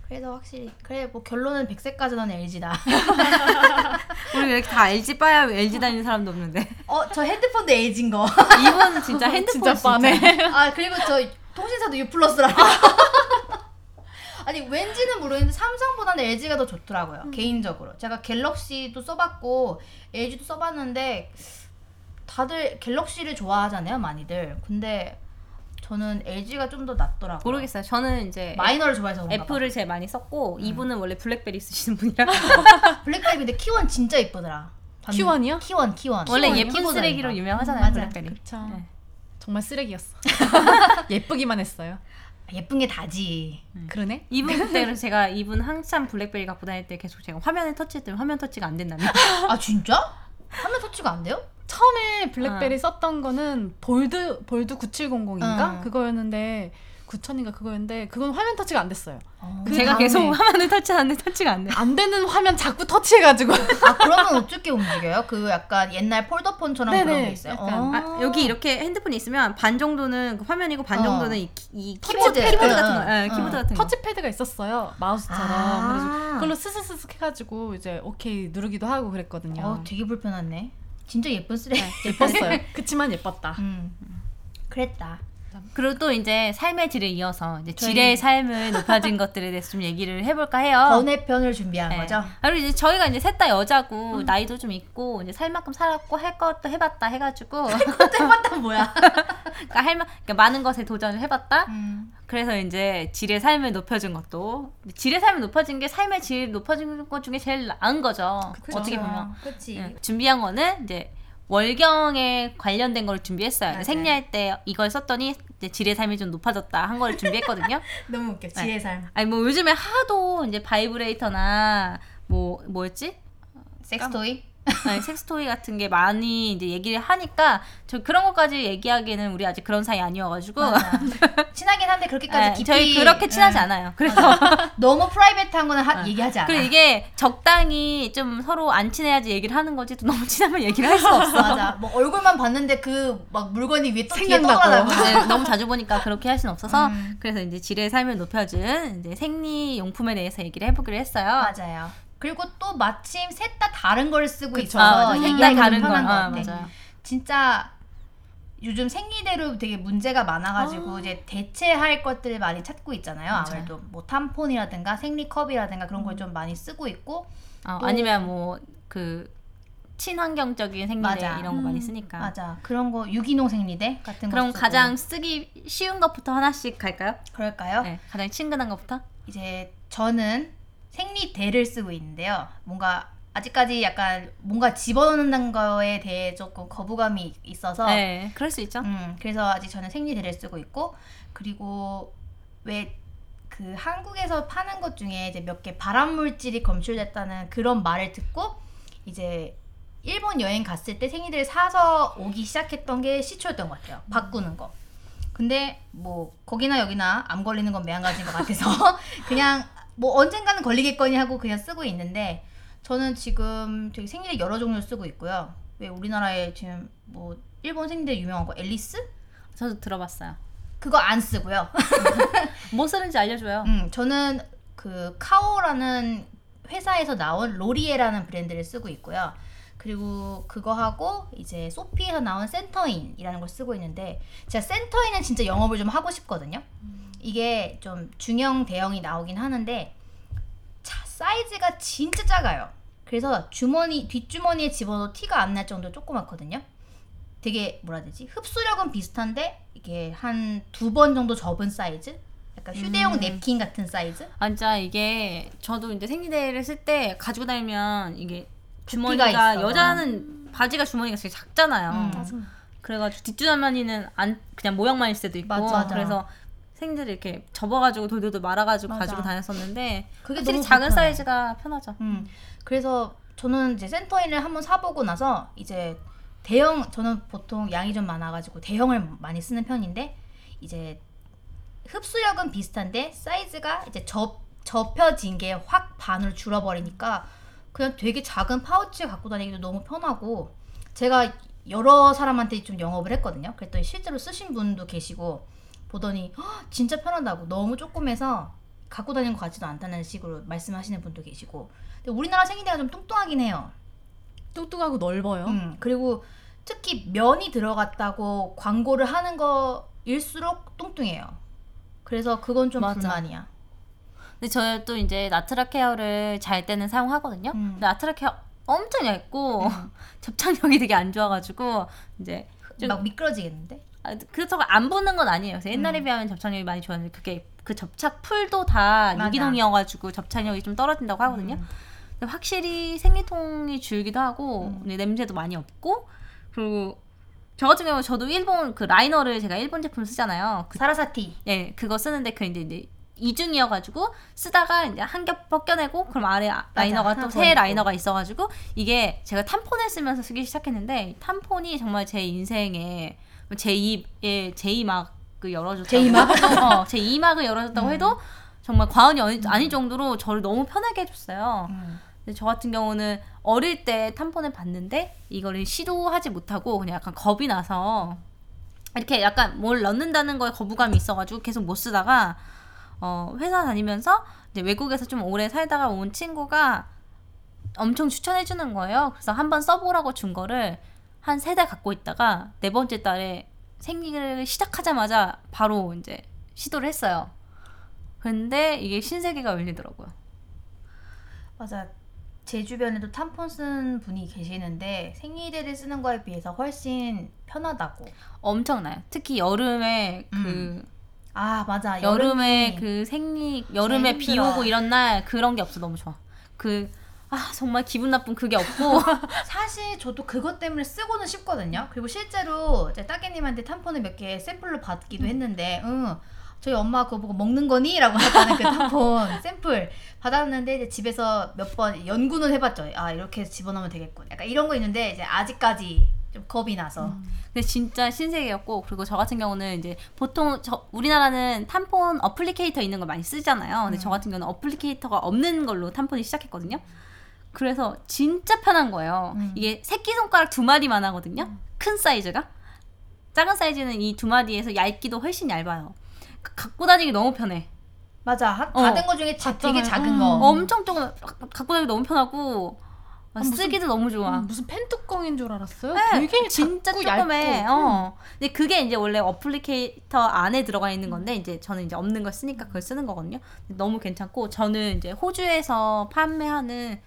A: 그래서 확실히 그래 뭐 결론은 100세까지는 LG다.
C: 우리 왜 이렇게 다 LG 빠야 LG 다니는 사람도 없는데
A: 어 저 핸드폰도 LG인 거.
C: 이분 진짜 핸드폰
B: 진짜 빠네.
A: 아 그리고 저 통신사도 유플러스라고. 아니 왠지는 모르겠는데 삼성보다는 LG가 더 좋더라고요
C: 음.
A: 개인적으로. 제가 갤럭시도 써봤고 LG도 써봤는데 다들 갤럭시를 좋아하잖아요 많이들. 근데 저는 LG가 좀 더 낫더라고요.
C: 모르겠어요. 저는 이제 음.
A: 마이너를 좋아해서 그런가 봐.
C: 애플을 제일 많이 썼고 이분은 원래 블랙베리 쓰시는 분이라
A: 블랙베리 근데 키원 진짜 이쁘더라. 봤는데.
B: 키원이요?
A: 키원 키원.
C: 원래
A: 키원이요?
C: 예쁜
A: 키보드라니까.
C: 쓰레기로 유명하잖아요
A: 맞아.
C: 블랙베리.
B: 그쵸.
C: 네.
B: 그러니까 정말 쓰레기였어. 예쁘기만 했어요.
A: 아, 예쁜 게 다지.
C: 음.
B: 그러네.
C: 이분 그때 그래서 제가 이분 한참 블랙베리 갖고 다닐 때 계속 제가 화면을 터치했더니 화면 터치가 안 된다며.
A: 아 진짜? 화면 터치가 안 돼요?
B: 처음에
C: 아.
B: 블랙베리 썼던 거는 볼드 볼드 9700인가
C: 아.
A: 응.
B: 그거였는데 9000인가 그거였는데 그건 화면 터치가 안 됐어요.
A: 어.
B: 그
C: 제가
B: 다음에-
C: 계속 화면을 터치하는데 터치가 안 돼.
B: 안 되는 화면 자꾸 터치해가지고
A: 아 그러면 어떻게 움직여요? 그 약간 옛날 폴더폰처럼 그런
B: 네네,
A: 게 있어요?
B: 약간.
C: 아, 여기 이렇게 핸드폰이 있으면 반 정도는 그 화면이고 반
A: 어.
C: 정도는 이, 키- 이
A: 터치
C: 키보드
A: 패드.
C: 키보드 같은 거,
A: 응,
C: 예, 키보드
A: 응.
C: 같은 거.
B: 터치패드가 있었어요 마우스처럼.
A: 아.
B: 그래서 그걸로 스스스스 해가지고 이제 오케이 누르기도 하고 그랬거든요.
A: 어 되게 불편하네. 진짜 예쁜 쓰레기.
B: 네, 예뻤어요. 그치만 예뻤다.
A: 음. 그랬다.
C: 그리고 또 이제 삶의 질에 이어서 이제
A: 저희-
C: 질의 삶을 높아진 것들에 대해서 좀 얘기를 해볼까 해요.
A: 번외편을 준비한
C: 어. 네.
A: 거죠.
C: 그리고 이제 저희가 이제 셋 다 여자고 나이도 좀 있고 이제 살 만큼 살았고 할 것도 해봤다 해가지고
A: 해봤다 뭐야?
C: 그러니까 할만 그러니까 많은 것에 도전을 해봤다.
A: 음.
C: 그래서 이제 질의 삶을 높여준 것도 질의 삶이 높아진 게 삶의 질 높아진 것 중에 제일 나은 거죠. 어떻게 보면
A: 그렇지.
C: 예, 준비한 거는 이제 월경에 관련된 걸 준비했어요.
A: 맞아요.
C: 생리할 때 이걸 썼더니 이제 질의 삶이 좀 높아졌다 한 걸 준비했거든요.
A: 너무 웃겨. 지혜 삶.
C: 아니 뭐 요즘에 하도 이제 바이브레이터나 뭐 뭐였지?
A: 섹스토이?
C: 아니, 섹스토이 같은 게 많이 이제 얘기를 하니까 저 그런 것까지 얘기하기에는 우리 아직 그런 사이 아니어가지고
A: 맞아. 친하긴 한데 그렇게까지
C: 예,
A: 깊이
C: 저희 그렇게 친하지
A: 음.
C: 않아요. 그래서
A: 너무 프라이빗한 거는 하,
C: 어.
A: 얘기하지 않아.
C: 그리고 이게 적당히 좀 서로 안 친해야지 얘기를 하는 거지 또 너무 친하면 얘기를 할 수 없어.
A: 맞아. 뭐 얼굴만 봤는데 그 막 물건이 위에 또 뒤에
B: 생각나고.
A: 떠올라다고.
C: 네, 너무 자주 보니까 그렇게 할 수는 없어서
A: 음.
C: 그래서 이제 질의 삶을 높여준 이제 생리 용품에 대해서 얘기를 해보기로 했어요.
A: 맞아요. 그리고 또 마침 셋 다 다른 걸 쓰고
C: 아,
A: 있어서
C: 맞아.
A: 얘기하기
C: 색깔
A: 좀
C: 다른 거.
A: 편한 것
C: 아,
A: 같아.
C: 맞아요.
A: 진짜 요즘 생리대로 되게 문제가 많아가지고 이제 대체할 것들을 많이 찾고 있잖아요.
C: 맞아요. 음.
A: 아무래도뭐 탐폰이라든가 생리컵이라든가 그런 걸 좀 많이 쓰고 있고
C: 어,
A: 또-
C: 아니면 뭐 그 친환경적인 생리대
A: 맞아.
C: 이런 거 많이
B: 음.
C: 쓰니까.
A: 맞아 그런 거 유기농 생리대 같은 거
C: 그럼
A: 쓰고. 어?
C: 가장 쓰기 쉬운 것부터 하나씩 갈까요?
A: 그럴까요?
C: 네, 가장 친근한 것부터.
A: 이제 저는 생리대를 쓰고 있는데요. 뭔가 아직까지 약간 뭔가 집어넣는 거에 대해 조금 거부감이 있어서
C: 네, 그럴 수 있죠.
A: 음, 그래서 아직 저는 생리대를 쓰고 있고 그리고 왜 그 한국에서 파는 것 중에 이제 몇 개 발암 물질이 검출됐다는 그런 말을 듣고 이제 일본 여행 갔을 때 생리대를 사서 오기 시작했던 게 시초였던 것 같아요. 바꾸는 거. 근데 뭐 거기나 여기나 암 걸리는 건 매한가지인 것 같아서 그냥 뭐 언젠가는 걸리겠거니 하고 그냥 쓰고 있는데 저는 지금 되게 생리대 여러 종류 쓰고 있고요. 왜 우리나라에 지금 뭐 일본 생리대 유명한 거 앨리스?
C: 저도 들어봤어요.
A: 그거 안 쓰고요.
C: 뭐 쓰는지 알려줘요.
A: 음, 저는 그 카오라는 회사에서 나온 로리에라는 브랜드를 쓰고 있고요. 그리고 그거 하고 이제 소피에서 나온 센터인이라는 걸 쓰고 있는데 제가 센터인은 진짜 영업을 좀 하고 싶거든요. 이게 좀 중형 대형이 나오긴 하는데 차- 사이즈가 진짜 작아요. 그래서 주머니 뒷주머니에 집어넣어 티가 안 날 정도로 조그맣거든요. 되게 뭐라 해야 되지? 흡수력은 비슷한데 이게 한 두 번 정도 접은 사이즈? 약간 휴대용
C: 음.
A: 냅킨 같은 사이즈?
C: 아, 진짜 이게 저도 이제 생리대를 쓸 때 가지고 다니면 이게
A: 부피가
C: 주머니가
A: 있어.
C: 여자는 바지가 주머니가 되게 작잖아요.
A: 음.
B: 짜증나.
C: 그래가지고 뒷주머니는 안 그냥 모양만 있을 때도 있고
A: 맞아, 맞아.
C: 그래서 생들을 이렇게 접어가지고 돌돌돌 말아가지고
B: 맞아.
C: 가지고 다녔었는데
A: 그게
C: 확실히
A: 아, 너무
C: 작은
A: 불편해.
C: 사이즈가 편하죠.
A: 음. 그래서 저는 이제 센터인을 한번 사보고 나서 이제 대형 저는 보통 양이 좀 많아가지고 대형을 많이 쓰는 편인데 이제 흡수력은 비슷한데 사이즈가 이제 접 접혀진 게 확 반으로 줄어버리니까 그냥 되게 작은 파우치 갖고 다니기도 너무 편하고 제가 여러 사람한테 좀 영업을 했거든요. 그랬더니 실제로 쓰신 분도 계시고 보더니 "헉, 진짜 편하다고 너무 조그매서 갖고 다니는 것 같지도 않다는 식으로 말씀하시는 분도 계시고 근데 우리나라 생리대가 좀 뚱뚱하긴 해요.
B: 뚱뚱하고 넓어요.
A: 음, 그리고 특히 면이 들어갔다고 광고를 하는 거일수록 뚱뚱해요. 그래서 그건 좀
C: 맞아.
A: 불만이야.
C: 근데 저는 또 이제 나트라 케어를 잘 때는 사용하거든요.
A: 음.
C: 근데 나트라 케어 엄청 얇고 접착력이 되게 안 좋아가지고 이제 좀-
A: 막 미끄러지겠는데?
C: 아, 그렇다고 안 붙는 건 아니에요. 그래서 옛날에
A: 음.
C: 비하면 접착력이 많이 좋았는데 그게 그 접착 풀도 다
A: 맞아.
C: 유기농이어가지고 접착력이 좀 떨어진다고 하거든요.
A: 음.
C: 근데 확실히 생리통이 줄기도 하고
A: 음.
C: 근데 냄새도 많이 없고 그리고 저 같은 경우 저도 일본 그 라이너를 제가 일본 제품 쓰잖아요. 그
A: 사라사티.
C: 예, 그거 쓰는데 그 이제 이제 이중이어가지고 쓰다가 이제 한 겹 벗겨내고 그럼 아래 아- 라이너가
A: 하나
C: 또
A: 더
C: 새
A: 있고.
C: 라이너가 있어가지고 이게 제가 탄폰을 쓰면서 쓰기 시작했는데 이 탄폰이 정말 제 인생에 뭐 제 입에 예, 제 이막을 그 열어줬다고
A: 제 이막? 음.
C: 해도- 어, 제 이막을 열어줬다고 해도 정말 과언이 아니- 아닐 정도로 저를 너무 편하게 해줬어요.
A: 음.
C: 근데 저 같은 경우는 어릴 때 탄폰을 봤는데 이거를 시도하지 못하고 그냥 약간 겁이 나서 이렇게 약간 뭘 넣는다는 거에 거부감이 있어가지고 계속 못 쓰다가 어, 회사 다니면서 이제 외국에서 좀 오래 살다가 온 친구가 엄청 추천해 주는 거예요. 그래서 한번 써보라고 준 거를 한 세 달 갖고 있다가 네 번째 달에 생리를 시작하자마자 바로 이제 시도를 했어요. 근데 이게 신세계가 열리더라고요.
A: 맞아. 제 주변에도 탄폰 쓰는 분이 계시는데 생리대를 쓰는 거에 비해서 훨씬 편하다고.
C: 엄청나요. 특히 여름에 그
A: 음. 아 맞아.
C: 여름에
A: 여름이
C: 그 생리 여름에 비
A: 힘들어.
C: 오고 이런 날 그런 게 없어 너무 좋아. 그 아 정말 기분 나쁜 그게 없고
A: 사실 저도 그것 때문에 쓰고는 싶거든요. 그리고 실제로 제 따개님한테 탄폰을 몇 개 샘플로
B: 음.
A: 받기도 했는데, 응, 저희 엄마 그거 보고 먹는 거니? 라고 하다는 그 탄폰 샘플 받았는데 이제 집에서 몇 번 연구는 해봤죠. 아 이렇게 집어넣으면 되겠군. 약간 이런 거 있는데 이제 아직까지 좀 겁이 나서.
B: 음.
C: 근데 진짜 신세계였고 그리고 저 같은 경우는 이제 보통 저 우리나라는 탄폰 어플리케이터 있는 걸 많이 쓰잖아요.
B: 음.
C: 근데 저 같은 경우는 어플리케이터가 없는 걸로 탄폰을 시작했거든요. 그래서 진짜 편한 거예요.
A: 음.
C: 이게 새끼 손가락 두 마리만 하거든요.
B: 음.
C: 큰 사이즈가 작은 사이즈는 이 두 마리에서 얇기도 훨씬 얇아요. 그- 갖고 다니기 너무 편해.
A: 맞아. 하-
C: 어.
A: 받은 거 중에 자- 되게
B: 봤잖아요.
A: 작은
B: 음.
A: 거.
C: 엄청 조금 갖고 다니기 너무 편하고
B: 아, 무슨-
C: 쓰기도 너무 좋아.
B: 음, 무슨 펜 뚜껑인 줄 알았어요.
C: 네,
B: 되게
C: 진짜
B: 작고 음.
C: 조금해.
B: 얇고.
C: 어. 근데 그게 이제 원래 어플리케이터 안에 들어가 있는 건데 이제 저는 이제 없는 걸 쓰니까 그걸 쓰는 거거든요. 근데 너무 괜찮고 저는 이제 호주에서 판매하는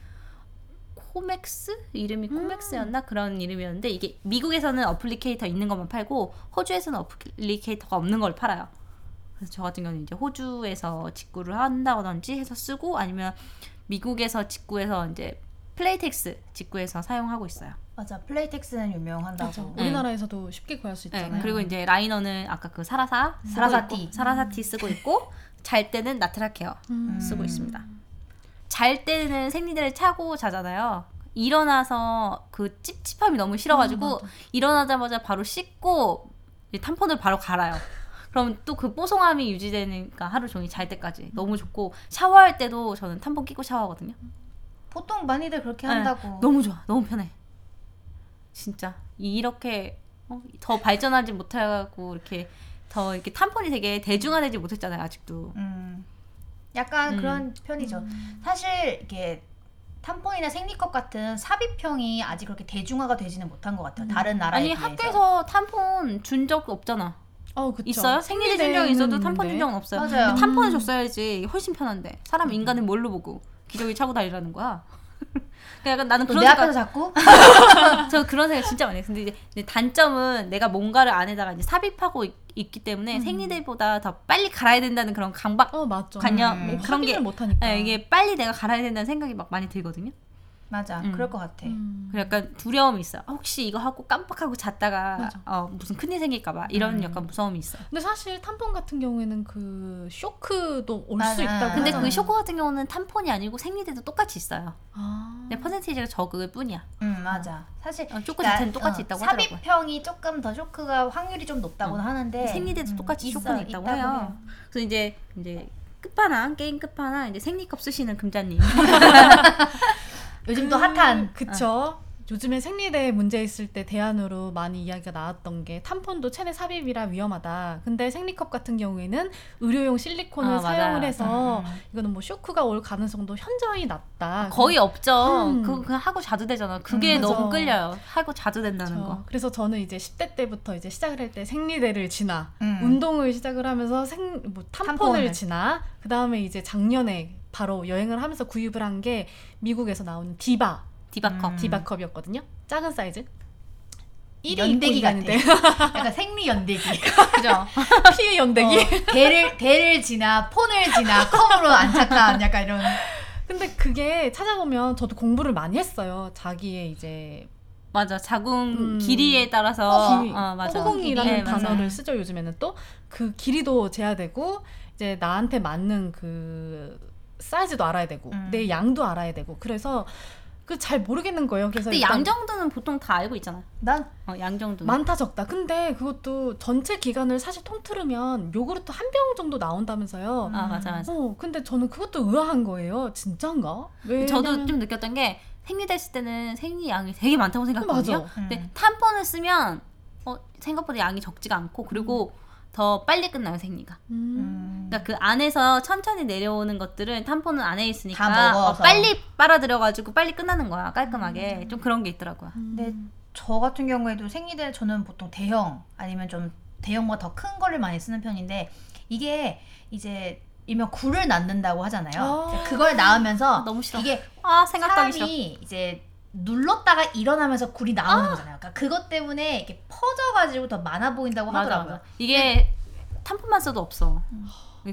C: 코맥스
B: 음.
C: 이름이 코맥스였나 그런 이름이었는데 이게 미국에서는 어플리케이터 있는 것만 팔고 호주에서는 어플리케이터가 없는 걸 팔아요. 그래서 저 같은 경우는 이제 호주에서 직구를 한다든지 해서 쓰고 아니면 미국에서 직구해서 이제 플레이텍스 직구해서 사용하고 있어요.
A: 맞아. 플레이텍스는
B: 맞아.
A: 유명한다고.
B: 우리나라에서도 쉽게 구할 수
C: 네,
B: 있잖아요.
C: 그리고 이제 라이너는 아까 그 사라사 쓰고
A: 사라사티.
C: 있고, 사라사티 쓰고 있고 잘 때는 나트라 케어
B: 음.
C: 쓰고 있습니다. 잘 때는 생리대를 차고 자잖아요. 일어나서 그 찝찝함이 너무 싫어가지고 일어나자마자 바로 씻고 이제 탄폰을 바로 갈아요. 그럼 또 그 뽀송함이 유지되니까 하루 종일 잘 때까지 너무 좋고 샤워할 때도 저는 탄폰 끼고 샤워하거든요.
A: 보통 많이들 그렇게
C: 네,
A: 한다고.
C: 너무 좋아, 너무 편해. 진짜 이렇게 어, 더 발전하지 못하고 이렇게 더 이렇게 탄폰이 되게 대중화되지 못했잖아요 아직도.
A: 음, 약간
C: 음.
A: 그런 편이죠. 사실 이게 탄폰이나 생리컵 같은 삽입형이 아직 그렇게 대중화가 되지는 못한 것 같아요. 다른 나라에
C: 아니
A: 비해서.
C: 학교에서 탄폰 준 적 없잖아.
B: 어, 그쵸.
C: 있어요? 생리대 준 적이 있어도 탄폰 준 적은 없어요.
A: 맞아요. 음.
B: 음.
C: 탄폰을 줬어야지 훨씬 편한데 사람 인간을 뭘로 보고 기저귀 차고 다니라는 거야. 그러니까 약간 나는
A: 또
C: 그런
A: 내 앞에서
C: 생각
A: 자꾸
C: 저 그런 생각 진짜 많이 해요. 근데 이제 이제 단점은 내가 뭔가를 안에다가 이제 삽입하고 있, 기
A: 음.
C: 때문에 생리대보다 더 빨리 갈아야 된다는 그런 강박
B: 어, 맞죠.
C: 관념
A: 음.
B: 뭐
C: 그런 게
B: 확인을 못 하니까.
C: 예, 이게 빨리 내가 갈아야 된다는 생각이 막 많이 들거든요.
A: 맞아
C: 음.
A: 그럴 것 같아.
B: 음.
C: 그래서 약간 두려움이 있어. 요 아, 혹시 이거 하고 깜빡하고 잤다가
B: 맞아.
C: 어, 무슨 큰일 생길까봐 이런
A: 음.
C: 약간 무서움이 있어. 요
B: 근데 사실 탄폰 같은 경우에는 그 쇼크도 올
A: 맞아.
B: 수 있다.
C: 근데
A: 맞아.
C: 그 쇼크 같은 경우는 탄폰이 아니고 생리대도 똑같이 있어요.
B: 아.
C: 근데 퍼센테이지가 적을 뿐이야.
A: 음 맞아. 사실
C: 어, 쇼크
A: 그러니까,
C: 자체는 똑같이
A: 어,
C: 있다고 하더라고요. 음.
A: 삽입형이 조금 더 쇼크가 확률이 좀 높다고는 하는데 음,
C: 생리대도 똑같이
A: 있어,
C: 쇼크는 있다고 해요. 그래서 이제 이제 끝판왕 게임 아, 끝판왕 이제 생리컵 쓰시는 금자님. 음,
A: 요즘 또 핫한
B: 그쵸. 어. 요즘에 생리대 문제 있을 때 대안으로 많이 이야기가 나왔던 게 탐폰도 체내 삽입이라 위험하다. 근데 생리컵 같은 경우에는 의료용 실리콘을
C: 아, 맞아요.
B: 사용을 해서
A: 음.
B: 이거는 뭐 쇼크가 올 가능성도 현저히 낮다.
C: 아, 거의 없죠.
B: 음.
C: 그거 그냥 하고 자주 되잖아. 그게
B: 음,
C: 너무
B: 맞아.
C: 끌려요. 하고 자주 된다는
B: 그렇죠.
C: 거.
B: 그래서 저는 이제 10대 때부터 이제 시작을 할 때 생리대를 지나
A: 음.
B: 운동을 시작을 하면서 생, 뭐 탐폰을,
A: 탐폰을.
B: 지나 그 다음에 이제 작년에 바로 여행을 하면서 구입을 한 게 미국에서 나오는 디바
C: 디바컵.
A: 음.
B: 디바컵이었거든요. 작은 사이즈. 일이
A: 연대기
B: 입고 다니는데.
A: 약간 생리 연대기.
C: 그죠?
B: 피의 연대기.
A: 어, 대를 대를 지나 폰을 지나 컴으로 안착한 약간 이런.
B: 근데 그게 찾아보면 저도 공부를 많이 했어요. 자기의 이제
C: 맞아. 자궁
B: 음.
C: 길이에 따라서
B: 허공이-
C: 어, 맞아.
B: 허공이라는
C: 네, 맞아.
B: 단어를 쓰죠. 요즘에는 또 그 길이도 재야 되고 이제 나한테 맞는 그 사이즈도 알아야 되고
A: 음.
B: 내 양도 알아야 되고 그래서 그 잘 모르겠는 거예요. 그래서
C: 근데
B: 일단
C: 양정도는 보통 다 알고 있잖아.
A: 난
C: 어, 양정도.
B: 많다 적다. 근데 그것도 전체 기간을 사실 통틀으면 요구르트 한 병 정도
A: 음.
B: 나온다면서요.
C: 아 맞아 맞아.
B: 어, 근데 저는 그것도 의아한 거예요. 진짠가? 왜?
C: 저도 좀 느꼈던 게 생리됐을 때는 생리 양이 되게 많다고 생각하거든요.
B: 맞아.
C: 근데 탐폰을 쓰면 어, 생각보다 양이 적지가 않고 그리고 더 빨리 끝나요 생리가.
B: 음.
C: 그러니까 그 안에서 천천히 내려오는 것들은 탐폰은 안에 있으니까
A: 다 먹어서.
C: 어, 빨리 빨아들여가지고 빨리 끝나는 거야 깔끔하게.
B: 음.
C: 좀 그런 게 있더라고요.
A: 근데 저 같은 경우에도 생리대 저는 보통 대형 아니면 좀 대형보다 더 큰 거를 많이 쓰는 편인데 이게 이제 일명 굴을 낳는다고 하잖아요.
B: 아.
A: 그걸
C: 아,
A: 낳으면서
C: 너무 싫어.
A: 이게
C: 아 생각하기 싫어.
A: 사람이 이제 눌렀다가 일어나면서 굴이 나오는 거잖아요. 그러니까 그것 때문에 이렇게 퍼져가지고 더 많아 보인다고
C: 맞아
A: 하더라고요.
C: 맞아. 이게 탐폰만 써도 없어.
B: 네. 음.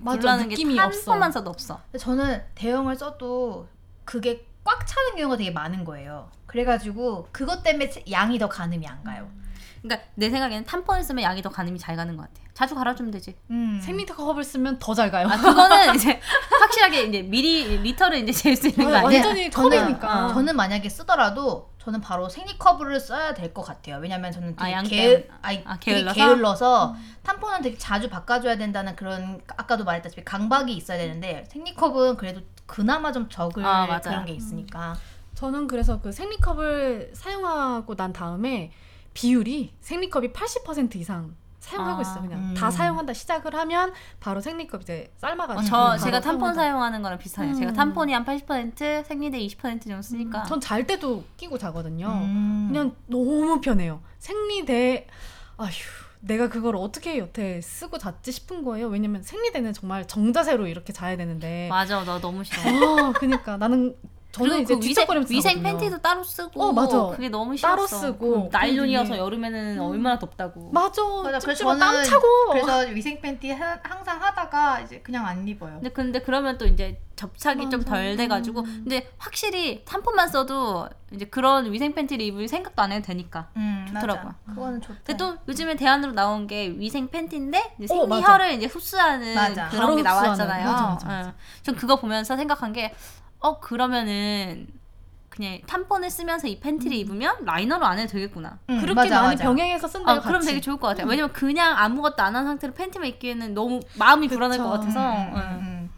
B: 맞아,
C: 굴라는 게
B: 느낌이 없어.
C: 탐폰만 써도 없어.
A: 근데 저는 대형을 써도 그게 꽉 차는 경우가 되게 많은 거예요. 그래가지고 그것 때문에 양이 더 가늠이 안 가요.
C: 그러니까 내 생각에는 탐폰을 쓰면 양이 더 가늠이 잘 가는 것 같아요. 자주 갈아주면 되지.
A: 음.
B: 생리컵을 쓰면 더 잘 가요.
C: 아 그거는 이제 확실하게 이제 미리 리터를 이제 잴 수 있는 거 아니야?
B: 완전히
A: 저는- 어.
B: 컵이니까.
A: 저는 만약에 쓰더라도 저는 바로 생리커브를 써야 될 것 같아요. 왜냐면 저는
C: 아,
A: 되게
C: 양
A: 게을,
C: 때문에.
A: 아니,
C: 아,
A: 되게
C: 게을러서? 음.
A: 게을러서 탐폰은 되게 자주 바꿔줘야 된다는 그런 아까도 말했다시피 강박이 있어야 되는데 생리컵은 그래도 그나마 좀 적을
C: 아, 맞아요. 음.
A: 그런 게 있으니까
B: 저는 그래서 그 생리컵을 사용하고 난 다음에 비율이 생리컵이 80% 이상 사용하고
C: 아,
B: 있어요. 그냥
A: 음.
B: 다 사용한다 시작을 하면 바로 생리컵 이제 삶아가지고. 음,
C: 어, 저
B: 바로
C: 제가 탐폰
B: 사용한다.
C: 사용하는 거랑 비슷해요.
B: 음.
C: 제가 탐폰이 한 80%, 생리대 20% 정도 쓰니까.
B: 전 잘 때도 끼고 자거든요.
A: 음.
B: 그냥 너무 편해요. 생리대 아휴 내가 그걸 어떻게 여태 쓰고 잤지 싶은 거예요. 왜냐면 생리대는 정말 정자세로 이렇게 자야 되는데.
C: 맞아, 나 너무 싫어.
B: 아 그니까 나는 저는
C: 그리고
B: 이제
C: 그 위생,
B: 뒤척거리면서
C: 위생
B: 자거든요.
C: 팬티도 따로 쓰고.
B: 어, 맞아.
C: 그게 너무 싫어.
B: 따로 쓰고.
C: 나일론이어서 여름에는
B: 음.
C: 얼마나 덥다고.
B: 맞아.
D: 맞아,
B: 찝찝하고
D: 그래서 저는
B: 땀 차고.
D: 그래서 위생 팬티 하- 항상 하다가 이제 그냥 안 입어요.
C: 근데 근데 그러면 또 이제 접착이 좀
B: 맞아.
C: 덜 돼가지고.
B: 음.
C: 근데 확실히 탐폰만 써도 이제 그런 위생 팬티를 입을 생각도 안 해도 되니까.
D: 음,
C: 좋더라고요.
D: 맞아. 그거는 좋다.
C: 근데 또 요즘에 대안으로 나온 게 위생 팬티인데 이제
B: 네. 어, 맞아.
C: 생리혈을 이제 흡수하는
D: 맞아.
C: 그런
B: 바로 흡수하는.
C: 게 나왔잖아요.
B: 맞아, 맞아, 맞아.
C: 예. 전 그거 보면서 생각한 게 어 그러면은 그냥 탐폰을 쓰면서 이
B: 음.
C: 팬티를 입으면 라이너로 안 해도 되겠구나.
D: 음,
B: 그렇게
D: 맞아,
B: 많이
D: 맞아.
B: 병행해서 쓴다.
C: 아, 그럼 되게 좋을 것
B: 음.
C: 같아요. 왜냐면 그냥 아무것도 안 한 상태로 팬티만 입기에는 너무 마음이 불안할 것
B: 그쵸.
C: 같아서
D: 음,
C: 예.
D: 음,